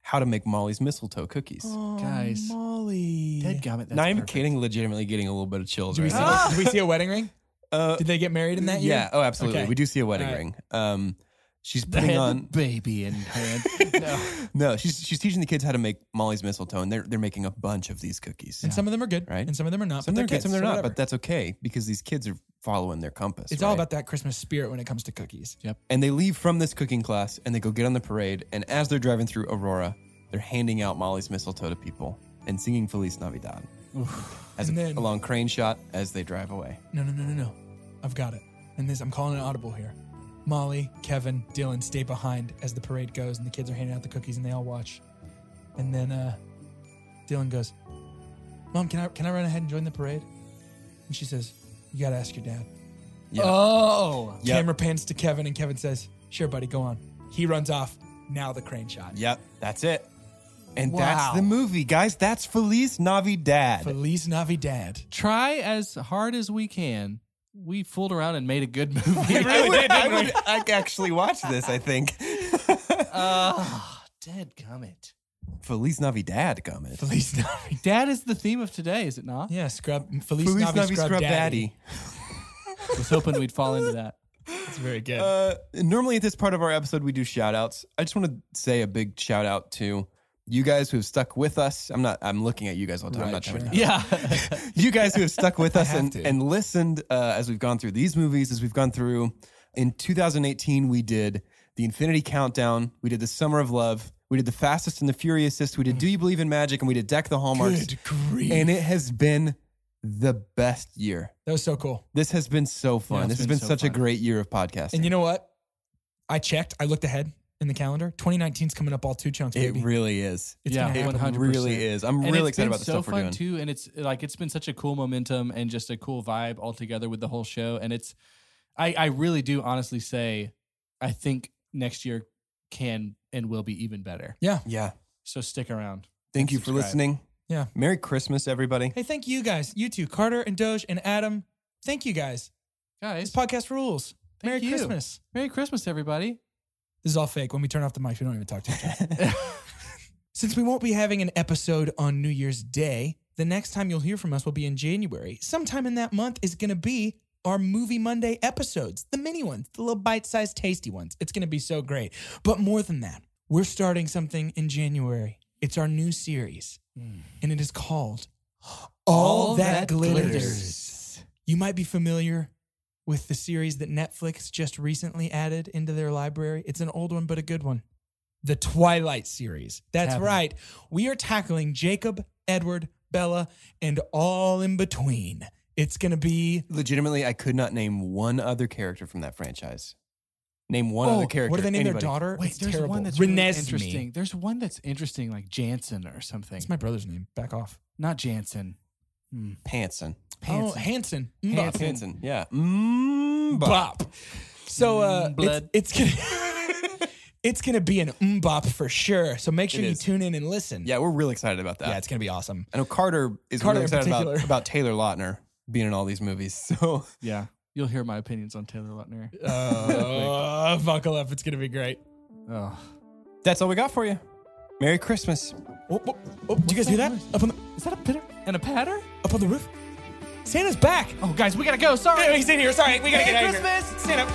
[SPEAKER 3] how to make Molly's mistletoe cookies.
[SPEAKER 4] Guys.
[SPEAKER 2] Oh, Molly.
[SPEAKER 4] Dead gummit. That's
[SPEAKER 3] Not even
[SPEAKER 4] perfect.
[SPEAKER 3] kidding, legitimately getting a little bit of chills.
[SPEAKER 2] Did we,
[SPEAKER 3] right
[SPEAKER 2] see,
[SPEAKER 3] now.
[SPEAKER 2] did we see a wedding ring?
[SPEAKER 3] Uh,
[SPEAKER 2] Did they get married in that year?
[SPEAKER 3] Yeah. Oh, absolutely.
[SPEAKER 2] Okay.
[SPEAKER 3] We do see a wedding
[SPEAKER 2] All right.
[SPEAKER 3] ring. Um, she's
[SPEAKER 4] I
[SPEAKER 3] putting
[SPEAKER 4] had
[SPEAKER 3] on.
[SPEAKER 4] the baby in hand. no.
[SPEAKER 3] No, she's she's teaching the kids how to make Molly's mistletoe, and they're they're making a bunch of these cookies.
[SPEAKER 2] And some of them are good,
[SPEAKER 3] Right.
[SPEAKER 2] And some of them are not.
[SPEAKER 3] some
[SPEAKER 2] but
[SPEAKER 3] they're good,
[SPEAKER 2] kids,
[SPEAKER 3] some they're
[SPEAKER 2] so
[SPEAKER 3] not,
[SPEAKER 2] whatever.
[SPEAKER 3] but that's okay because these kids are following their compass.
[SPEAKER 2] it's all
[SPEAKER 3] right?
[SPEAKER 2] about that Christmas spirit when it comes to cookies.
[SPEAKER 3] And they leave from this cooking class and they go get on the parade. And as they're driving through Aurora, they're handing out Molly's mistletoe to people and singing Feliz Navidad. As
[SPEAKER 2] And
[SPEAKER 3] a,
[SPEAKER 2] then-
[SPEAKER 3] a long crane shot as they drive away.
[SPEAKER 2] No, no, no, no, no. I've got it. And this, I'm calling an audible here. Molly, Kevin, Dylan stay behind as the parade goes, and the kids are handing out the cookies, and they all watch. And then uh, Dylan goes, "Mom, can I can I run ahead and join the parade?" And she says, "You gotta ask your dad."
[SPEAKER 3] Yeah.
[SPEAKER 4] Oh.
[SPEAKER 3] Yep.
[SPEAKER 2] Camera pans to Kevin, and Kevin says, "Sure, buddy, go on." He runs off. Now the crane shot.
[SPEAKER 3] Yep, that's it. And
[SPEAKER 4] Wow.
[SPEAKER 3] that's the movie, guys. That's Feliz Navidad.
[SPEAKER 2] Feliz Navidad.
[SPEAKER 4] Try as hard as we can. We fooled around and made a good movie.
[SPEAKER 3] I would, I would ac- actually watch this, I think.
[SPEAKER 4] Ah, dead gummit.
[SPEAKER 3] Feliz Navidad, Gummit.
[SPEAKER 2] Feliz Navidad.
[SPEAKER 4] Dad is the theme of today, is it not?
[SPEAKER 2] Yeah, scrub. Feliz,
[SPEAKER 3] Feliz
[SPEAKER 2] Navi,
[SPEAKER 3] Navi
[SPEAKER 2] scrub,
[SPEAKER 3] Scrub
[SPEAKER 2] daddy.
[SPEAKER 3] Daddy.
[SPEAKER 4] I was hoping we'd fall into that.
[SPEAKER 2] That's very good.
[SPEAKER 3] Uh, normally, at this part of our episode, we do shout outs. I just want to say a big shout out to You guys who have stuck with us, I'm not. I'm looking at you guys all the time. I'm
[SPEAKER 1] Right,
[SPEAKER 3] not trying
[SPEAKER 1] sure.
[SPEAKER 3] to.
[SPEAKER 4] Yeah.
[SPEAKER 3] you guys who have stuck with us
[SPEAKER 1] have
[SPEAKER 3] and,
[SPEAKER 1] to.
[SPEAKER 3] and listened uh, as we've gone through these movies, as we've gone through in 2018, we did the Infinity Countdown, we did the Summer of Love, we did the Fastest and the Furiousest, we did Do You Believe in Magic, and we did Deck the Hallmarks.
[SPEAKER 2] grief.
[SPEAKER 3] And it has been the best year.
[SPEAKER 2] that was so cool.
[SPEAKER 3] This has been so fun.
[SPEAKER 4] it's
[SPEAKER 3] this has
[SPEAKER 4] been
[SPEAKER 3] been
[SPEAKER 4] so
[SPEAKER 3] such a
[SPEAKER 4] fun.
[SPEAKER 3] great year of podcasting.
[SPEAKER 2] And you know what? I checked. I looked ahead in the calendar. 2019's coming up all two chunks,
[SPEAKER 3] it
[SPEAKER 2] baby.
[SPEAKER 3] really is.
[SPEAKER 2] It's
[SPEAKER 4] yeah,
[SPEAKER 2] gonna happen.
[SPEAKER 4] 100%.
[SPEAKER 3] It really is. I'm
[SPEAKER 4] And
[SPEAKER 3] really
[SPEAKER 4] it's
[SPEAKER 3] excited
[SPEAKER 4] been
[SPEAKER 3] about the
[SPEAKER 4] so
[SPEAKER 3] stuff we're
[SPEAKER 4] fun
[SPEAKER 3] doing.
[SPEAKER 4] too, and it's like it's been such a cool momentum and just a cool vibe altogether with the whole show. And it's, I I really do honestly say, I think next year can and will be even better.
[SPEAKER 3] Yeah.
[SPEAKER 4] So stick around.
[SPEAKER 3] Thank
[SPEAKER 4] And
[SPEAKER 3] you for
[SPEAKER 4] subscribe.
[SPEAKER 3] listening.
[SPEAKER 2] Yeah.
[SPEAKER 3] Merry Christmas, everybody.
[SPEAKER 2] Hey, thank you guys. You two, Carter and Doge and Adam. Thank you guys. This
[SPEAKER 4] guys.
[SPEAKER 2] podcast rules.
[SPEAKER 4] Thank
[SPEAKER 2] Merry
[SPEAKER 4] you.
[SPEAKER 2] Christmas.
[SPEAKER 4] Merry Christmas, everybody.
[SPEAKER 2] This is all fake. When we turn off the mics, we don't even talk to each other. Since we won't be having an episode on New Year's Day, the next time you'll hear from us will be in January. Sometime in that month is going to be our Movie Monday episodes, the mini ones, the little bite sized, tasty ones. It's going to be so great. But more than that, we're starting something in January. It's our new series, and it is called Hmm. All, That, glitters. You might be familiar with the series that Netflix just recently added into their library. It's an old one, but a good one. The Twilight series. That's
[SPEAKER 4] happening.
[SPEAKER 2] right. We are tackling Jacob, Edward, Bella, and all in between. It's going to be.
[SPEAKER 3] Legitimately, I could not name one other character from that franchise. Name one other character.
[SPEAKER 2] oh, What do they name
[SPEAKER 3] anybody.
[SPEAKER 2] their daughter?
[SPEAKER 4] Wait,
[SPEAKER 2] it's
[SPEAKER 4] there's
[SPEAKER 2] terrible.
[SPEAKER 4] one that's really
[SPEAKER 2] Renesmee.
[SPEAKER 4] interesting. There's one that's interesting, like Jansen or something.
[SPEAKER 2] It's my brother's name. Back off.
[SPEAKER 4] Not Jansen.
[SPEAKER 3] Hanson.
[SPEAKER 2] Oh, Hanson. Mbop.
[SPEAKER 4] Hanson.
[SPEAKER 3] Hanson. Yeah. Mm,
[SPEAKER 2] Bop. So uh,
[SPEAKER 4] Mm, blood.
[SPEAKER 2] It's, it's gonna it's gonna be an mbop for sure. So make sure
[SPEAKER 3] It
[SPEAKER 2] you
[SPEAKER 3] is.
[SPEAKER 2] tune in and listen.
[SPEAKER 3] Yeah, we're really excited about that.
[SPEAKER 2] yeah, it's gonna be awesome.
[SPEAKER 3] I know Carter is
[SPEAKER 2] Carter
[SPEAKER 3] really
[SPEAKER 2] in
[SPEAKER 3] excited about,
[SPEAKER 2] particular.
[SPEAKER 3] about Taylor Lautner being in all these movies. So
[SPEAKER 4] Yeah. You'll hear my opinions on Taylor Lautner.
[SPEAKER 2] Uh, buckle up, it's gonna be great.
[SPEAKER 4] Oh.
[SPEAKER 3] that's all we got for you. Merry Christmas.
[SPEAKER 2] Oh, oh, oh, did you guys hear that? Up on the
[SPEAKER 4] Is that a pitter and a patter?
[SPEAKER 2] up on the roof. Santa's back.
[SPEAKER 4] Oh, guys, we gotta go. Sorry.
[SPEAKER 2] He's in here. Sorry, we gotta
[SPEAKER 4] Merry
[SPEAKER 2] get out of here.
[SPEAKER 4] Christmas.
[SPEAKER 2] Santa.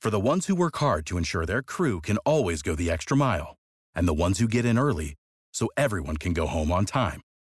[SPEAKER 5] For the ones who work hard to ensure their crew can always go the extra mile, and the ones who get in early so everyone can go home on time,